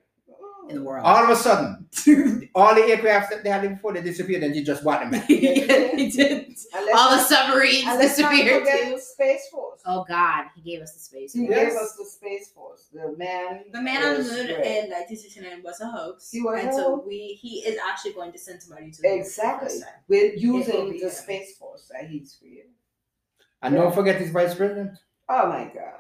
[SPEAKER 1] in the world.
[SPEAKER 3] All of a sudden, all the aircrafts that they had before they disappeared, and he just bought them back.
[SPEAKER 1] yeah, he did. All the submarines
[SPEAKER 4] and let's not
[SPEAKER 1] disappeared
[SPEAKER 4] forget
[SPEAKER 1] too.
[SPEAKER 4] the Space Force.
[SPEAKER 1] Oh God, he gave us the space.
[SPEAKER 4] He
[SPEAKER 1] Force.
[SPEAKER 3] Yes.
[SPEAKER 4] gave us the Space Force. The man.
[SPEAKER 6] The man on the
[SPEAKER 4] was
[SPEAKER 6] moon
[SPEAKER 4] great.
[SPEAKER 6] in 1969 was a hoax,
[SPEAKER 4] He was
[SPEAKER 6] and
[SPEAKER 4] a
[SPEAKER 6] so
[SPEAKER 4] hoax.
[SPEAKER 6] we he is actually going to send somebody to the moon for the
[SPEAKER 4] Exactly.
[SPEAKER 6] first time.
[SPEAKER 4] We're
[SPEAKER 6] will
[SPEAKER 4] using
[SPEAKER 6] be
[SPEAKER 4] the
[SPEAKER 6] him.
[SPEAKER 4] Space Force that he's created.
[SPEAKER 3] And don't forget his vice president.
[SPEAKER 4] Oh my God.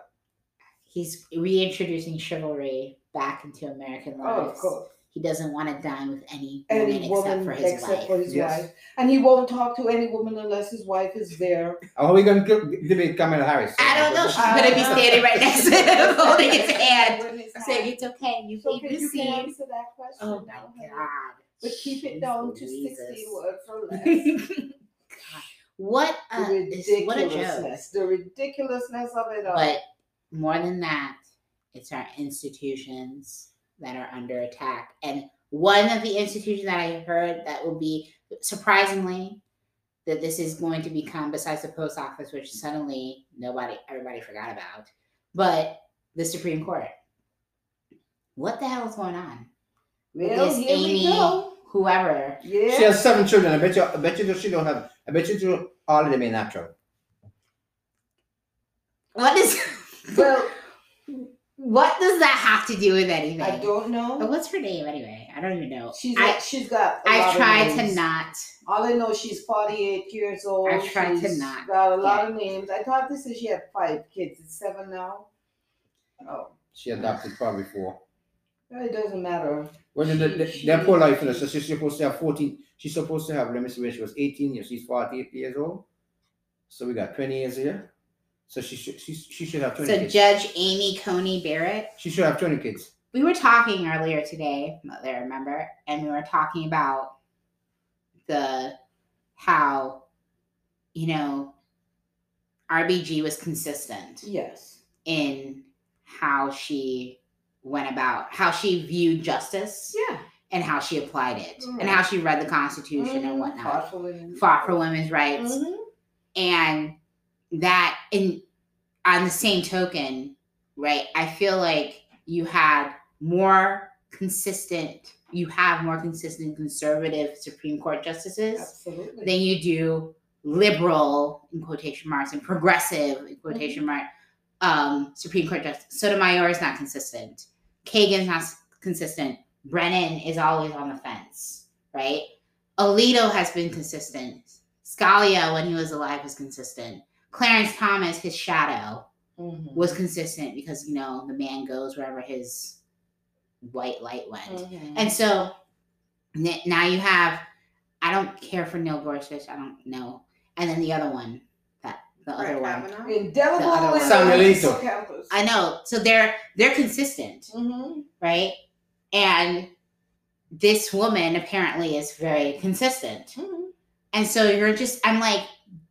[SPEAKER 1] He's reintroducing chivalry back into American
[SPEAKER 4] Oh, of
[SPEAKER 1] lives.
[SPEAKER 4] course.
[SPEAKER 1] he doesn't want to dine with any woman
[SPEAKER 4] Any
[SPEAKER 1] except
[SPEAKER 4] woman
[SPEAKER 1] for his
[SPEAKER 4] except
[SPEAKER 1] wife.
[SPEAKER 4] for his
[SPEAKER 3] Yes.
[SPEAKER 4] wife. And he won't talk to any woman unless his wife is there.
[SPEAKER 3] How are we going to debate Kamala Harris?
[SPEAKER 1] I don't know. She's
[SPEAKER 4] I
[SPEAKER 1] gonna be
[SPEAKER 4] don't know.
[SPEAKER 1] standing right next to him, holding his hand,
[SPEAKER 4] Holding his
[SPEAKER 1] saying
[SPEAKER 4] hand.
[SPEAKER 1] it's okay. You
[SPEAKER 4] So
[SPEAKER 1] keep
[SPEAKER 4] can
[SPEAKER 1] the
[SPEAKER 4] you can
[SPEAKER 1] scene.
[SPEAKER 4] answer that question
[SPEAKER 1] Oh my
[SPEAKER 4] now, Henry?
[SPEAKER 1] God.
[SPEAKER 4] But keep it
[SPEAKER 1] Jeez
[SPEAKER 4] down to
[SPEAKER 1] Louises.
[SPEAKER 4] sixty words or less. The
[SPEAKER 1] God. What a it's- Uh, what a joke!
[SPEAKER 4] ridiculousness, the ridiculousness of it all.
[SPEAKER 1] But more than that, it's our institutions that are under attack. And one of the institutions that I heard that will be surprisingly that this is going to become, besides the post office, which suddenly nobody, everybody forgot about, but the Supreme Court. What the hell is going on?
[SPEAKER 4] well,
[SPEAKER 1] this
[SPEAKER 4] here
[SPEAKER 1] Amy-
[SPEAKER 4] we go.
[SPEAKER 1] Whoever.
[SPEAKER 4] Yeah.
[SPEAKER 3] She has seven children. I bet you. I bet you she don't have. I bet you all of them are natural.
[SPEAKER 1] What is
[SPEAKER 4] well,
[SPEAKER 1] what does that have to do with anything?
[SPEAKER 4] I
[SPEAKER 1] But
[SPEAKER 4] don't know.
[SPEAKER 1] what's her name anyway? I don't even know.
[SPEAKER 4] She's
[SPEAKER 1] I-
[SPEAKER 4] she's got. i
[SPEAKER 1] I've tried to not
[SPEAKER 4] All I know, she's forty-eight years old.
[SPEAKER 1] I've tried to
[SPEAKER 4] She's
[SPEAKER 1] not
[SPEAKER 4] Got a lot of names. I thought this is she had five kids. It's seven now. Oh,
[SPEAKER 3] She adopted probably four.
[SPEAKER 4] well, it doesn't matter.
[SPEAKER 3] Well, the, the,
[SPEAKER 4] She-
[SPEAKER 3] they're poor life, you know,
[SPEAKER 4] she-
[SPEAKER 3] so she's supposed to have 14. She's supposed to have, let me see, when she was 18 years, she's 48 years old. So we got 20 years here. So she should, she, she should have 20
[SPEAKER 1] So
[SPEAKER 3] kids.
[SPEAKER 1] Judge Amy Coney Barrett,
[SPEAKER 3] she should have 20 kids.
[SPEAKER 1] we were talking earlier today, mother, remember? And we were talking about the how, you know, RBG was consistent
[SPEAKER 4] Yes.
[SPEAKER 1] in how she went about how she viewed justice
[SPEAKER 4] Yeah.
[SPEAKER 1] and how she applied it
[SPEAKER 4] Mhm.
[SPEAKER 1] and how she read the constitution
[SPEAKER 4] Mm.
[SPEAKER 1] and whatnot
[SPEAKER 4] Thoughtful Mm-hmm. and-
[SPEAKER 1] fought for women's rights
[SPEAKER 4] Mhm.
[SPEAKER 1] and that in on the same token right i feel like you had more consistent you have more consistent conservative supreme court justices
[SPEAKER 4] Absolutely.
[SPEAKER 1] than you do liberal in quotation marks and progressive in quotation mark um supreme court justice sotomayor is not consistent kagan's not s- consistent brennan is always on the fence right alito has been consistent scalia when he was alive was consistent clarence thomas his shadow
[SPEAKER 4] Mhm.
[SPEAKER 1] was consistent because you know the man goes wherever his white light went
[SPEAKER 4] Mhm.
[SPEAKER 1] and so n- now you have, I don't care for Neil Gorsuch. I don't know. And then the other one, that the other
[SPEAKER 5] Brett
[SPEAKER 1] one.
[SPEAKER 5] Kavanaugh.
[SPEAKER 1] The other
[SPEAKER 4] Indelible
[SPEAKER 1] one.
[SPEAKER 4] is
[SPEAKER 3] San
[SPEAKER 4] on
[SPEAKER 3] Benito.
[SPEAKER 4] the campus.
[SPEAKER 1] I know. So they're they're consistent,
[SPEAKER 4] Mhm.
[SPEAKER 1] right? And this woman apparently is very consistent.
[SPEAKER 4] Mhm.
[SPEAKER 1] And so you're just I'm like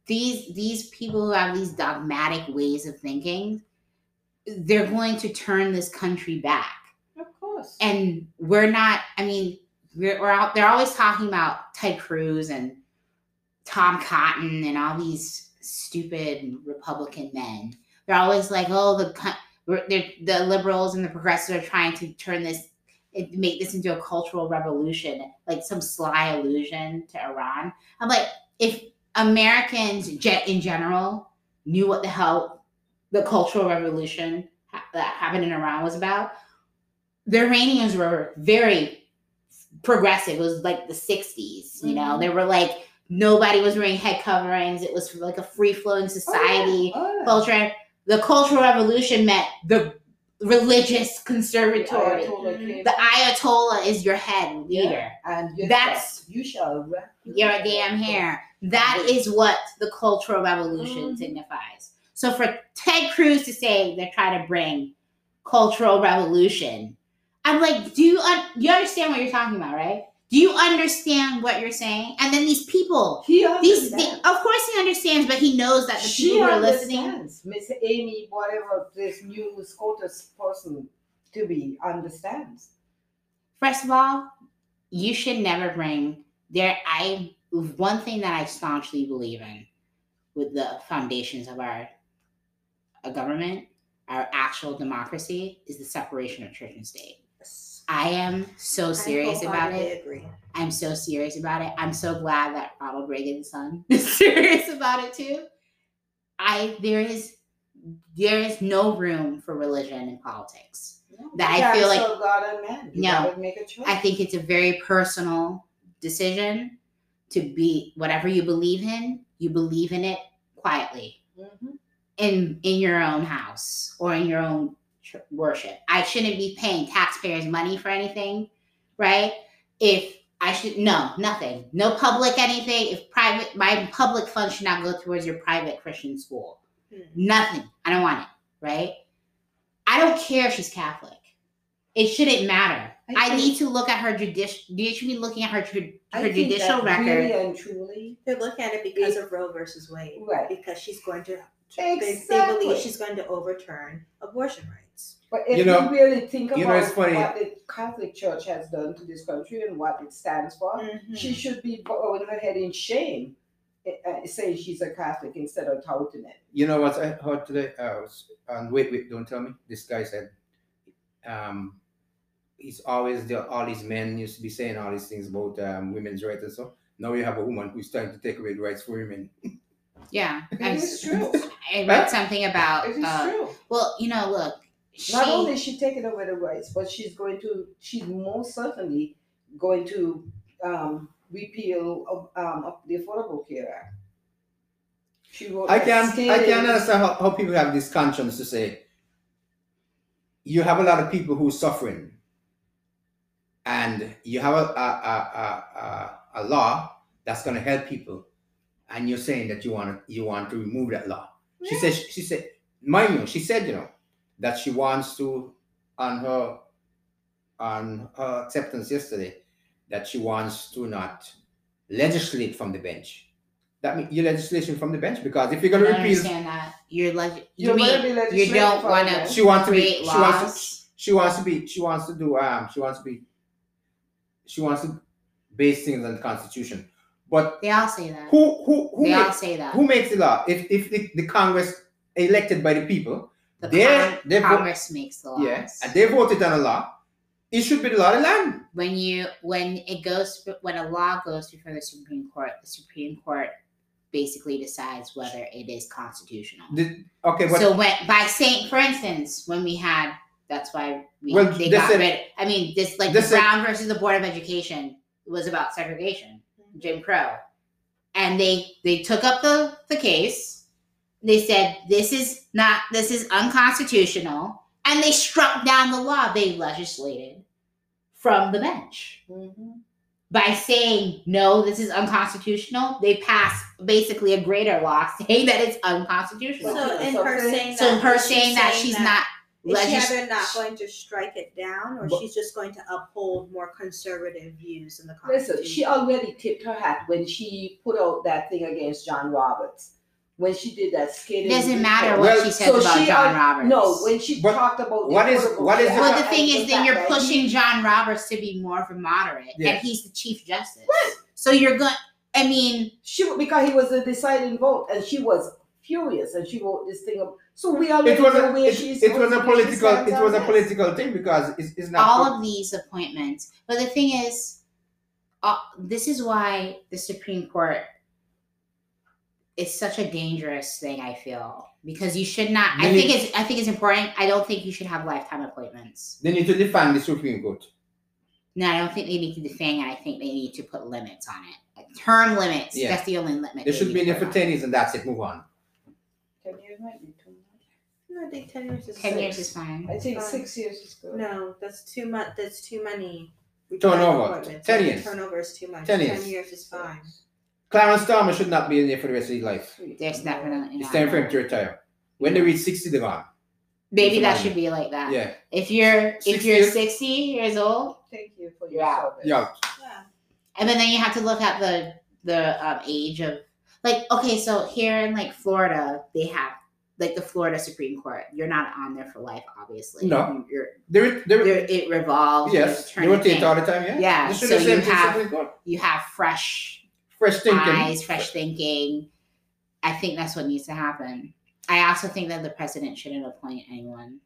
[SPEAKER 1] these these people who have these dogmatic ways of thinking, they're going to turn this country back.
[SPEAKER 4] Of course.
[SPEAKER 1] and we're not i mean we're, we're out they're always talking about ted cruz and tom cotton and all these stupid republican men they're always like oh the co- we're, they're, the liberals and the progressives are trying to turn this it- make this into a cultural revolution like some sly allusion to iran i'm like if americans ge- in general knew what the hell the cultural revolution ha- that happened in iran was about the Iranians were very progressive. It was like the 60s, you know,
[SPEAKER 4] Mhm.
[SPEAKER 1] they were like, nobody was wearing head coverings. It was like a free flowing
[SPEAKER 4] Oh, yeah.
[SPEAKER 1] society
[SPEAKER 4] Oh, yeah.
[SPEAKER 1] culture. The Cultural Revolution meant the religious conservatory.
[SPEAKER 4] Ayatollah came.
[SPEAKER 1] The Ayatollah is your head leader.
[SPEAKER 4] and you
[SPEAKER 1] That's-
[SPEAKER 4] shall- you shall wrap
[SPEAKER 1] You're a damn hair. That is what the Cultural Revolution
[SPEAKER 4] Mhm.
[SPEAKER 1] signifies. So for Ted Cruz to say they're trying to bring Cultural Revolution, I'm like, do you un- you understand what you're talking about, right? Do you understand what you're saying? And then these people,
[SPEAKER 4] He
[SPEAKER 1] these they,
[SPEAKER 4] understands.
[SPEAKER 1] of course he understands, but he knows that the
[SPEAKER 4] she
[SPEAKER 1] people who are listening,
[SPEAKER 4] understands. Miss Amy, whatever this new SCOTUS person to be, understands.
[SPEAKER 1] first of all, you should never bring there. I one thing that I staunchly believe in with the foundations of our a government, our actual democracy, is the separation of church and state. I am so serious about it.
[SPEAKER 5] I agree.
[SPEAKER 1] I'm so serious about it. I'm so glad that Ronald Reagan's son is serious about it too. I there is there is no room for religion in politics. That I
[SPEAKER 4] You
[SPEAKER 1] feel
[SPEAKER 4] gotta
[SPEAKER 1] like-
[SPEAKER 4] serve God and man. You
[SPEAKER 1] No.
[SPEAKER 4] gotta make a choice.
[SPEAKER 1] I think it's a very personal decision to be whatever you believe in, you believe in it quietly
[SPEAKER 4] Mhm.
[SPEAKER 1] in in your own house or in your own ch- worship. I shouldn't be paying taxpayers money for anything, right? If I should no, nothing. No public anything. If private my public fund should not go towards your private Christian school.
[SPEAKER 4] Hmm.
[SPEAKER 1] Nothing. I don't want it, right? I don't care if she's Catholic. It shouldn't matter.
[SPEAKER 4] I
[SPEAKER 1] I,
[SPEAKER 4] think-
[SPEAKER 1] need to look at her judicial. You should be looking at her, ju-
[SPEAKER 4] I
[SPEAKER 1] her
[SPEAKER 4] think
[SPEAKER 1] judicial
[SPEAKER 4] that
[SPEAKER 1] record.
[SPEAKER 4] Really and truly,
[SPEAKER 5] They're looking at it because of Roe versus Wade.
[SPEAKER 4] right.
[SPEAKER 5] Because she's going to they- they
[SPEAKER 4] Exactly.
[SPEAKER 5] believe she's going to overturn abortion rights.
[SPEAKER 4] But if
[SPEAKER 3] You
[SPEAKER 4] you,
[SPEAKER 3] know-
[SPEAKER 4] really think about
[SPEAKER 3] you know, it's funny.
[SPEAKER 4] what the Catholic Church has done to this country and what it stands for,
[SPEAKER 1] Mm-hmm.
[SPEAKER 4] she should be bowing her head in shame, eh, eh, saying she's a Catholic instead of touting it.
[SPEAKER 3] You know what I heard today? Uh, was on wait, wait, don't tell me. This guy said, um, he's always there. All these men used to be saying all these things about um, women's rights and so. Now you have a woman who's trying to take away the rights for women.
[SPEAKER 1] yeah, I,
[SPEAKER 4] It is true. It
[SPEAKER 1] I read
[SPEAKER 3] Right?
[SPEAKER 1] something about.
[SPEAKER 4] is
[SPEAKER 1] Uh,
[SPEAKER 4] true.
[SPEAKER 1] well, you know, look, she
[SPEAKER 4] Not only is she taking away the rights, but she's going to, she's most certainly going to um, repeal of, um, of the Affordable Care Act. She will.
[SPEAKER 3] I can I
[SPEAKER 4] abstain.
[SPEAKER 3] can understand how, how people have this conscience to say you have a lot of people who are suffering, and you have a a, a, a, a, a law that's going to help people, and you're saying that you want to you want to remove that law. She said she said mind you, she said you know that she wants to on her on her acceptance yesterday that she wants to not legislate from the bench. That means you legislation from the bench because if you're
[SPEAKER 1] I
[SPEAKER 3] going
[SPEAKER 1] don't
[SPEAKER 3] to repeal,
[SPEAKER 1] understand that. You're leg- you
[SPEAKER 4] You're gonna
[SPEAKER 1] mean
[SPEAKER 4] be
[SPEAKER 1] you
[SPEAKER 4] legislating
[SPEAKER 1] don't
[SPEAKER 4] for
[SPEAKER 1] want
[SPEAKER 4] them.
[SPEAKER 1] to
[SPEAKER 3] she wants to be
[SPEAKER 1] create
[SPEAKER 3] she wants to,
[SPEAKER 1] laws.
[SPEAKER 3] she wants to be she wants to do um she wants to be she wants to base things on the constitution. But
[SPEAKER 1] They all say that.
[SPEAKER 3] who who who
[SPEAKER 1] they all
[SPEAKER 3] makes,
[SPEAKER 1] say that.
[SPEAKER 3] who makes the law? If if the, the Congress elected by the people,
[SPEAKER 1] the
[SPEAKER 3] they-
[SPEAKER 1] con-
[SPEAKER 3] they vote-
[SPEAKER 1] Congress makes the laws.
[SPEAKER 3] yeah, and they voted on a law, it should be the law of the land.
[SPEAKER 1] when you when it goes when a law goes before the Supreme Court, the Supreme Court basically decides whether it is constitutional.
[SPEAKER 3] The- okay, but
[SPEAKER 1] so when by saying, for instance, when we had that's why we
[SPEAKER 3] Well,
[SPEAKER 1] they
[SPEAKER 3] this
[SPEAKER 1] got
[SPEAKER 3] is-
[SPEAKER 1] rid. I mean, this like
[SPEAKER 3] this is-
[SPEAKER 1] Brown versus the Board of Education was about segregation, Jim Crow, and they they took up the the case. They said this is not this is unconstitutional, and they struck down the law they legislated from the bench
[SPEAKER 4] Mm-hmm.
[SPEAKER 1] by saying no, this is unconstitutional, they pass basically a greater law saying that it's unconstitutional. So,
[SPEAKER 5] So in her saying that,
[SPEAKER 1] her
[SPEAKER 5] is she
[SPEAKER 1] saying that she's not
[SPEAKER 5] Is she
[SPEAKER 1] legis-
[SPEAKER 5] either not going to strike it down, or
[SPEAKER 3] But-
[SPEAKER 5] she's just going to uphold more conservative views in the Constitution?
[SPEAKER 4] Listen, she already tipped her hat when she put out that thing against John Roberts. When she did that
[SPEAKER 1] it
[SPEAKER 4] skating.
[SPEAKER 1] doesn't matter what
[SPEAKER 3] Well,
[SPEAKER 1] she says
[SPEAKER 4] so
[SPEAKER 1] about
[SPEAKER 4] she
[SPEAKER 1] John
[SPEAKER 4] al-
[SPEAKER 1] Roberts.
[SPEAKER 4] No, when she
[SPEAKER 3] But
[SPEAKER 4] talked about
[SPEAKER 3] what is-
[SPEAKER 4] affordable
[SPEAKER 3] what is
[SPEAKER 4] care
[SPEAKER 1] well, the
[SPEAKER 4] and
[SPEAKER 1] thing is, then
[SPEAKER 4] fact
[SPEAKER 1] you're
[SPEAKER 4] that
[SPEAKER 1] pushing
[SPEAKER 4] he-
[SPEAKER 1] John Roberts to be more of a moderate,
[SPEAKER 3] Yeah.
[SPEAKER 1] and he's the chief justice. So you're going. I mean,
[SPEAKER 4] She because he was the deciding vote, and she was furious, and she wrote this thing up. So we already
[SPEAKER 3] it was
[SPEAKER 4] know
[SPEAKER 3] a,
[SPEAKER 4] where
[SPEAKER 3] it,
[SPEAKER 4] she's.
[SPEAKER 3] it was a
[SPEAKER 4] where she
[SPEAKER 3] political
[SPEAKER 4] stands
[SPEAKER 3] it
[SPEAKER 4] on
[SPEAKER 3] was a
[SPEAKER 4] this.
[SPEAKER 3] political thing because it's, it's not
[SPEAKER 1] all of these appointments. But the thing is, uh, this is why the Supreme Court is such a dangerous thing. I feel because you should not. I
[SPEAKER 3] Many-
[SPEAKER 1] think it's. I think it's important. I don't think you should have lifetime appointments.
[SPEAKER 3] they need to defend the Supreme Court.
[SPEAKER 1] No, I don't think they need to defang it. I think they need to put limits on it. Like, term limits.
[SPEAKER 3] Yeah.
[SPEAKER 1] That's the only limit.
[SPEAKER 3] They
[SPEAKER 1] they
[SPEAKER 3] should
[SPEAKER 1] need
[SPEAKER 3] be in
[SPEAKER 1] to
[SPEAKER 3] there
[SPEAKER 1] put
[SPEAKER 3] for
[SPEAKER 1] on.
[SPEAKER 3] ten years and that's it. Move on.
[SPEAKER 4] Ten years might be too much.
[SPEAKER 5] No, I think ten years is
[SPEAKER 1] Ten
[SPEAKER 5] safe.
[SPEAKER 1] years is fine.
[SPEAKER 4] I think
[SPEAKER 5] Fine.
[SPEAKER 4] six years is good.
[SPEAKER 5] No, that's too much. That's too many.
[SPEAKER 3] Turnover.
[SPEAKER 5] appointments.
[SPEAKER 3] Ten years.
[SPEAKER 5] Turnover is too much.
[SPEAKER 3] 10
[SPEAKER 5] Ten
[SPEAKER 3] years.
[SPEAKER 5] is fine.
[SPEAKER 3] Clarence Thomas should not be in there for the rest of his life.
[SPEAKER 4] Sweet.
[SPEAKER 1] There's definitely
[SPEAKER 3] It's
[SPEAKER 1] not.
[SPEAKER 3] time for him to retire. When they reach sixty, they're gone.
[SPEAKER 1] Maybe
[SPEAKER 3] It's
[SPEAKER 1] that
[SPEAKER 3] fine.
[SPEAKER 1] should be like that.
[SPEAKER 3] Yeah,
[SPEAKER 1] If you're if
[SPEAKER 3] Six
[SPEAKER 1] you're
[SPEAKER 3] years?
[SPEAKER 1] sixty years old,
[SPEAKER 4] Thank you for your
[SPEAKER 1] Yeah.
[SPEAKER 4] service.
[SPEAKER 3] yeah.
[SPEAKER 5] Yeah.
[SPEAKER 1] And then, then you have to look at the the um, age of like okay, so here in like Florida, they have like the Florida Supreme Court. You're not on there for life, obviously.
[SPEAKER 3] No.
[SPEAKER 1] you're,
[SPEAKER 3] They re- they re-
[SPEAKER 1] you're- it revolves. you're
[SPEAKER 3] yes, they
[SPEAKER 1] turning
[SPEAKER 3] rotate
[SPEAKER 1] things.
[SPEAKER 3] all the time. Yeah,
[SPEAKER 1] Yeah,
[SPEAKER 3] They should
[SPEAKER 1] so
[SPEAKER 3] do the same
[SPEAKER 1] you
[SPEAKER 3] thing,
[SPEAKER 1] have-
[SPEAKER 3] Supreme Court.
[SPEAKER 1] You have fresh
[SPEAKER 3] fresh thinking.
[SPEAKER 1] eyes, fresh thinking. I think that's what needs to happen. I also think that the president shouldn't appoint anyone.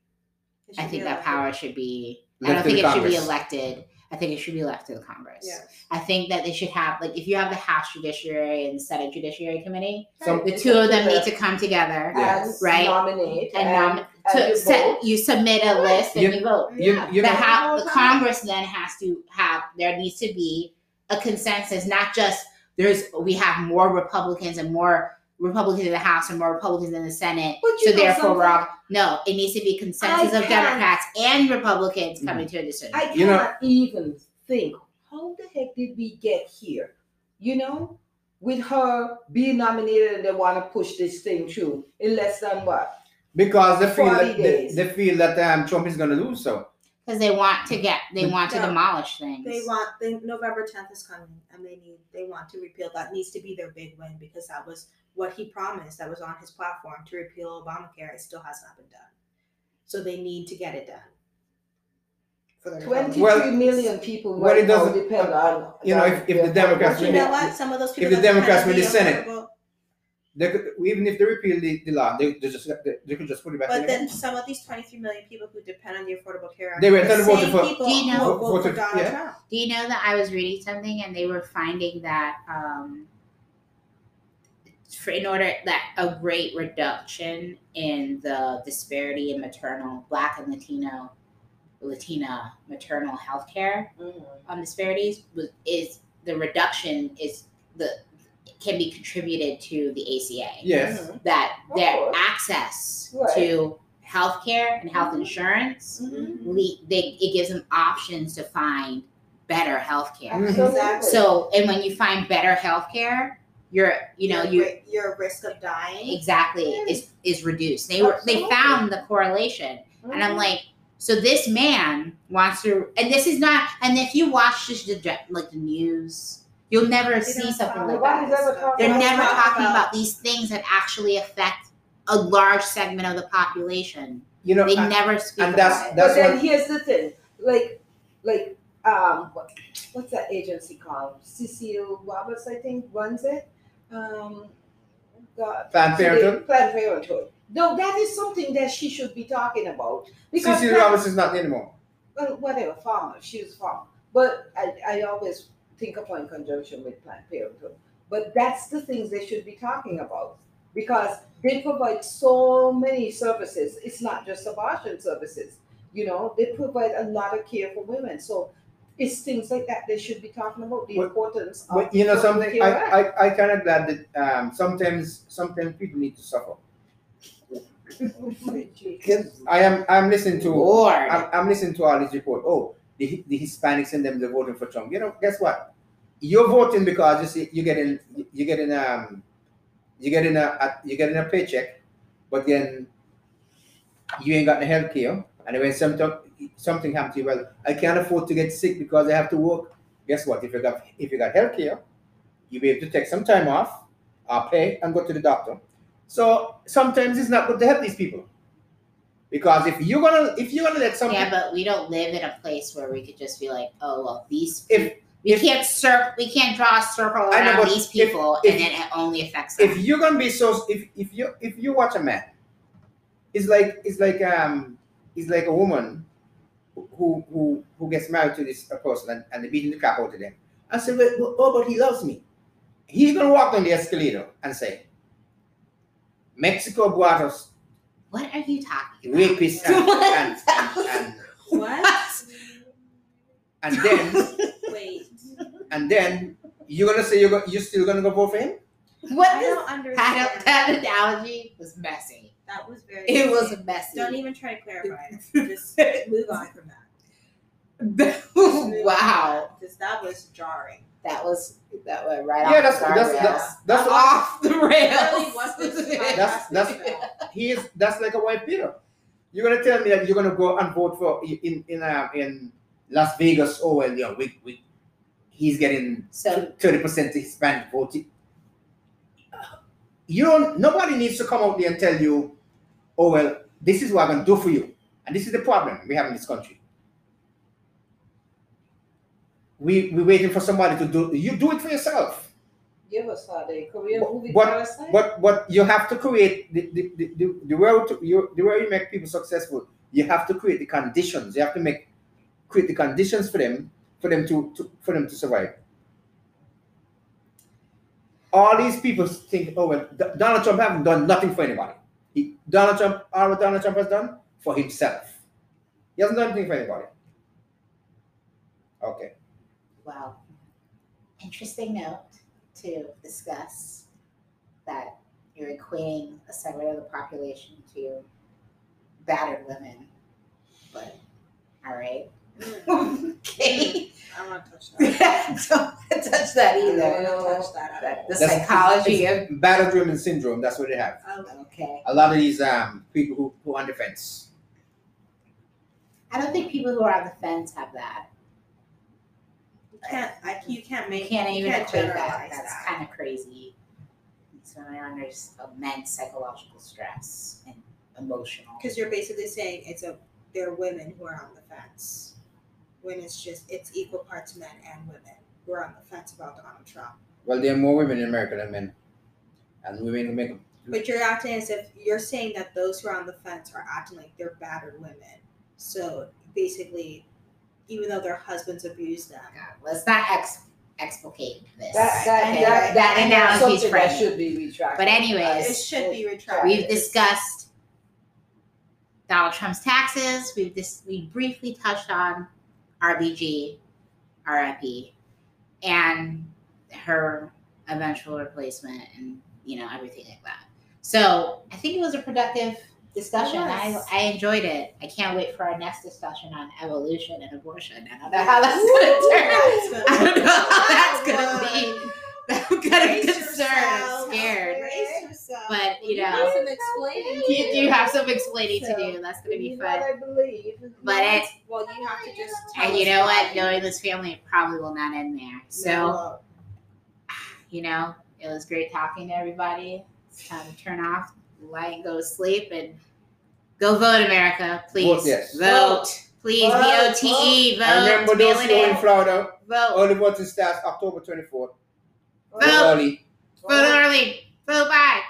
[SPEAKER 5] It
[SPEAKER 1] I
[SPEAKER 5] should
[SPEAKER 1] think
[SPEAKER 5] be
[SPEAKER 1] that
[SPEAKER 5] allowed.
[SPEAKER 1] power should be. I
[SPEAKER 3] Left
[SPEAKER 1] don't
[SPEAKER 3] to
[SPEAKER 1] think
[SPEAKER 3] the
[SPEAKER 1] it should be
[SPEAKER 3] Congress.
[SPEAKER 1] elected. I think it should be left to the Congress.
[SPEAKER 5] Yeah.
[SPEAKER 1] I think that they should have like if you have the House Judiciary and Senate Judiciary Committee,
[SPEAKER 3] So
[SPEAKER 1] The two of them need to come together
[SPEAKER 3] Yeah.
[SPEAKER 4] and
[SPEAKER 1] Right.
[SPEAKER 4] nominate
[SPEAKER 1] and
[SPEAKER 4] and,
[SPEAKER 1] nom-
[SPEAKER 4] and
[SPEAKER 1] to
[SPEAKER 4] you
[SPEAKER 1] set,
[SPEAKER 4] vote.
[SPEAKER 1] you submit a list and
[SPEAKER 3] You-
[SPEAKER 1] you vote.
[SPEAKER 3] you you
[SPEAKER 1] The
[SPEAKER 3] know,
[SPEAKER 1] how the
[SPEAKER 4] Okay.
[SPEAKER 1] Congress then has to have there needs to be a consensus, not just there's we have more Republicans and more Republicans in the House and more Republicans in the Senate.
[SPEAKER 4] But
[SPEAKER 1] So
[SPEAKER 4] you know
[SPEAKER 1] therefore we're
[SPEAKER 4] something?
[SPEAKER 1] all no, it needs to be consensus
[SPEAKER 4] I
[SPEAKER 1] of
[SPEAKER 4] can't-
[SPEAKER 1] Democrats and Republicans
[SPEAKER 3] Mm.
[SPEAKER 1] coming to a decision.
[SPEAKER 4] I cannot
[SPEAKER 3] You know-
[SPEAKER 4] even think how the heck did we get here? You know, with her being nominated and they want to push this thing through in less than what?
[SPEAKER 3] because they feel
[SPEAKER 4] 40
[SPEAKER 3] that they,
[SPEAKER 4] days.
[SPEAKER 3] they feel that um, Trump is going to lose. So
[SPEAKER 1] Because they want to get they
[SPEAKER 3] But-
[SPEAKER 1] want to
[SPEAKER 5] No.
[SPEAKER 1] demolish things.
[SPEAKER 5] They want they, November tenth is coming, and they need they want to repeal that needs to be their big win because that was what he promised that was on his platform to repeal Obamacare. It still has not been done, so they need to get it done. For the
[SPEAKER 4] Twenty-three million
[SPEAKER 5] Republicans.
[SPEAKER 4] people
[SPEAKER 3] well,
[SPEAKER 4] right
[SPEAKER 3] it
[SPEAKER 4] now
[SPEAKER 3] doesn't-
[SPEAKER 4] depend on.
[SPEAKER 3] you know, if- if the
[SPEAKER 4] their-
[SPEAKER 3] Democrats
[SPEAKER 5] But you
[SPEAKER 3] win
[SPEAKER 5] know what? Some of those people
[SPEAKER 3] the
[SPEAKER 5] that depend
[SPEAKER 3] Democrats
[SPEAKER 5] on
[SPEAKER 3] win the Senate,
[SPEAKER 5] affordable-
[SPEAKER 3] they could, even if they repeal the, the law, they, they just they, they could just put it back.
[SPEAKER 5] But
[SPEAKER 3] in the-
[SPEAKER 5] then some of these 23 million people who depend on the Affordable Care Act,
[SPEAKER 3] They were
[SPEAKER 5] the
[SPEAKER 3] gonna vote
[SPEAKER 5] same
[SPEAKER 3] for-
[SPEAKER 5] people
[SPEAKER 1] Do you know-
[SPEAKER 5] who vote for
[SPEAKER 3] voted-
[SPEAKER 5] Donald
[SPEAKER 3] yeah.
[SPEAKER 5] Trump.
[SPEAKER 1] Do you know that I was reading something and they were finding that um, for in order that a great reduction in the disparity in maternal Black and Latino Latina maternal health care
[SPEAKER 4] Mhm.
[SPEAKER 1] um, disparities was, is the reduction is the can be contributed to the ACA
[SPEAKER 3] yes,
[SPEAKER 1] that
[SPEAKER 4] Of
[SPEAKER 1] their
[SPEAKER 4] course.
[SPEAKER 1] access
[SPEAKER 4] Right.
[SPEAKER 1] to health care and health insurance
[SPEAKER 4] Mm-hmm.
[SPEAKER 1] le- they it gives them options to find better health
[SPEAKER 3] Mm-hmm.
[SPEAKER 4] Mm-hmm.
[SPEAKER 1] care.
[SPEAKER 4] Absolutely.
[SPEAKER 1] So, and when you find better health care, you're you know you
[SPEAKER 5] your, your risk of dying.
[SPEAKER 1] exactly is is reduced. They were they
[SPEAKER 4] Absolutely. Mm-hmm.
[SPEAKER 1] found the correlation, and I'm like, So this man wants to, and this is not. And if you watch just the dra- like the news, you'll never see something like
[SPEAKER 4] Nobody's
[SPEAKER 1] that.
[SPEAKER 4] ever talking
[SPEAKER 1] They're
[SPEAKER 4] about
[SPEAKER 1] never
[SPEAKER 4] that.
[SPEAKER 1] talking about these things that actually affect a large segment of the population.
[SPEAKER 3] You know,
[SPEAKER 1] They
[SPEAKER 3] I-
[SPEAKER 1] never speak
[SPEAKER 3] and
[SPEAKER 1] about it.
[SPEAKER 3] That's
[SPEAKER 4] Mm-hmm. but then
[SPEAKER 3] what-
[SPEAKER 4] here's the thing, like, like, um, what, what's that agency called? Cecile Roberts, I think, runs it. Um, God,
[SPEAKER 3] Planned Parenthood?
[SPEAKER 4] Planned Parenthood. No, that is something that she should be talking about because
[SPEAKER 3] Cecily
[SPEAKER 4] Planned-
[SPEAKER 3] Roberts is not there anymore.
[SPEAKER 4] well, whatever, farmer. She was farmer. But I, I always think of her in conjunction with Planned Parenthood. But that's the things they should be talking about because they provide so many services. It's not just abortion services, you know, they provide a lot of care for women. So it's things like that they should be talking about the
[SPEAKER 3] Well,
[SPEAKER 4] importance of.
[SPEAKER 3] But you know
[SPEAKER 4] Affordable
[SPEAKER 3] something,
[SPEAKER 4] Care
[SPEAKER 3] I,
[SPEAKER 4] Act.
[SPEAKER 3] I, I kind of glad that um, sometimes sometimes people need to suffer. I am I'm listening to
[SPEAKER 1] Lord.
[SPEAKER 3] I'm, I'm listening to all these reports. Oh, the, the Hispanics and them they're voting for Trump. You know, guess what? You're voting because you see you're getting you're getting um you're getting a, a you're getting a paycheck, but then you ain't got the health care. And when something something happens to you, well, I can't afford to get sick because I have to work. Guess what? If you got if you got health care, you'll be able to take some time off or pay and go to the doctor. So sometimes it's not good to help these people. Because if you're gonna if you're gonna let something
[SPEAKER 1] Yeah, but we don't live in a place where we could just be like, oh well, these
[SPEAKER 3] If-
[SPEAKER 1] peop- we
[SPEAKER 3] if-
[SPEAKER 1] can't cir- we can't draw a circle
[SPEAKER 3] I know,
[SPEAKER 1] around
[SPEAKER 3] but
[SPEAKER 1] these
[SPEAKER 3] if-
[SPEAKER 1] people,
[SPEAKER 3] if-
[SPEAKER 1] and then it only affects them.
[SPEAKER 3] if you're gonna be so if if you if you watch a man it's like it's like um it's like a woman who who who gets married to this person and, and they beating the crap out of them and say well, well, oh but he loves me he's gonna walk on the escalator and say mexico brought us
[SPEAKER 1] what are you talking about?
[SPEAKER 3] rapists and and, and, and,
[SPEAKER 5] What?
[SPEAKER 3] and then
[SPEAKER 5] Wait.
[SPEAKER 3] and then you're gonna say you're, go, you're still gonna go vote for him
[SPEAKER 1] What
[SPEAKER 5] I
[SPEAKER 1] is-
[SPEAKER 5] don't understand.
[SPEAKER 1] I don't, that analogy was messy.
[SPEAKER 5] that was very.
[SPEAKER 1] It was
[SPEAKER 5] confusing.
[SPEAKER 1] messy.
[SPEAKER 5] Don't even try to clarify it. Just move on from that. Just move on from
[SPEAKER 1] wow,
[SPEAKER 5] that, Because that was jarring.
[SPEAKER 1] that was that went right
[SPEAKER 3] yeah
[SPEAKER 1] off
[SPEAKER 3] that's
[SPEAKER 1] the
[SPEAKER 3] that's
[SPEAKER 1] guardrails.
[SPEAKER 3] that's, that's what
[SPEAKER 1] off the
[SPEAKER 5] Really,
[SPEAKER 1] rails.
[SPEAKER 5] what this
[SPEAKER 3] That's- that's- he is that's like a white Peter. You're gonna tell me that you're gonna go and vote for in in uh, in Las Vegas? Oh well, yeah, we, we he's getting
[SPEAKER 1] so
[SPEAKER 3] thirty percent Hispanic voting. You don't. Nobody needs to come out there and tell you, oh well, this is what I'm gonna do for you, and this is the problem we have in this country. We we're waiting for somebody to do. You do it for yourself.
[SPEAKER 4] Give us all day Korean
[SPEAKER 3] What-
[SPEAKER 4] movie
[SPEAKER 3] what-
[SPEAKER 4] parasite.
[SPEAKER 3] But but you have to create the the, the, the, the world to, you the way you make people successful. You have to create the conditions. You have to make create the conditions for them for them to, to for them to survive. All these people think, oh well, D- Donald Trump haven't done nothing for anybody. He, Donald Trump, all what Donald Trump has done for himself. He hasn't done anything for anybody. Okay.
[SPEAKER 1] Wow. Interesting note to discuss that you're equating a segment of the population to battered women. But, all right. okay.
[SPEAKER 5] I'm not touch that.
[SPEAKER 1] Don't touch that
[SPEAKER 5] I'm
[SPEAKER 1] either.
[SPEAKER 5] not touch that at all.
[SPEAKER 1] The
[SPEAKER 3] That's-
[SPEAKER 1] psychology of.
[SPEAKER 3] Battered women syndrome. That's what they have.
[SPEAKER 5] Oh,
[SPEAKER 1] Okay.
[SPEAKER 3] A lot of these um people who who are on the fence.
[SPEAKER 1] I don't think people who are on the fence have that.
[SPEAKER 5] you can't. I, you can't
[SPEAKER 1] You
[SPEAKER 5] make.
[SPEAKER 1] can't
[SPEAKER 5] you
[SPEAKER 1] even
[SPEAKER 5] can't
[SPEAKER 1] equate that.
[SPEAKER 5] generalize
[SPEAKER 1] That's
[SPEAKER 5] that.
[SPEAKER 1] kind of crazy. So they're under s- immense psychological stress and emotional.
[SPEAKER 5] Because you're basically saying it's a they're women who are on the fence, when it's just it's equal parts men and women who are on the fence about Donald Trump.
[SPEAKER 3] Well, there are more women in America than men, and women who make them.
[SPEAKER 5] But you're acting as if you're saying that those who are on the fence are acting like they're battered women. So basically, even though their husbands abuse them,
[SPEAKER 1] God, let's not ex- explicate this.
[SPEAKER 4] that that,
[SPEAKER 1] Okay, that
[SPEAKER 4] that, that's
[SPEAKER 1] analogy is
[SPEAKER 4] something that
[SPEAKER 1] frame.
[SPEAKER 4] should be retracted.
[SPEAKER 1] But anyways,
[SPEAKER 5] it should be retracted.
[SPEAKER 1] We've discussed Donald Trump's taxes. We've dis- we briefly touched on RBG, RIP, and her eventual replacement, and you know everything like that. So I think it was a productive discussion.
[SPEAKER 5] It
[SPEAKER 1] I,
[SPEAKER 5] was.
[SPEAKER 1] I enjoyed it. I can't wait for our next discussion on evolution and abortion. I don't know how that's going to turn. out. I don't
[SPEAKER 5] That's what-
[SPEAKER 1] know how that's going to be. I'm kind of
[SPEAKER 5] Brace
[SPEAKER 1] concerned.
[SPEAKER 5] yourself.
[SPEAKER 1] I'm scared.
[SPEAKER 5] Brace yourself.
[SPEAKER 1] But, you you
[SPEAKER 4] Yeah.
[SPEAKER 1] know,
[SPEAKER 4] Listen,
[SPEAKER 5] explaining.
[SPEAKER 1] you do have some explaining to
[SPEAKER 4] So,
[SPEAKER 1] do. That's gonna be
[SPEAKER 4] You know
[SPEAKER 1] fun.
[SPEAKER 4] what I believe.
[SPEAKER 1] But it,
[SPEAKER 5] Well, you have to just. tell
[SPEAKER 1] and you
[SPEAKER 5] us
[SPEAKER 1] know
[SPEAKER 5] why.
[SPEAKER 1] what? Knowing this family, it probably will not end there. So.
[SPEAKER 4] No.
[SPEAKER 1] you know, it was great talking to everybody. It's time to turn off the light, go to sleep, and go vote, America. Please
[SPEAKER 3] Vote, yes.
[SPEAKER 1] vote. Please,
[SPEAKER 4] Vote,
[SPEAKER 1] V O T E, vote.
[SPEAKER 3] I remember
[SPEAKER 1] Mail
[SPEAKER 3] those
[SPEAKER 1] it
[SPEAKER 3] who are in
[SPEAKER 1] in.
[SPEAKER 3] Florida,
[SPEAKER 1] Vote.
[SPEAKER 3] early voting starts October 24th.
[SPEAKER 1] Vote.
[SPEAKER 3] Early.
[SPEAKER 1] Vote early. Vote by.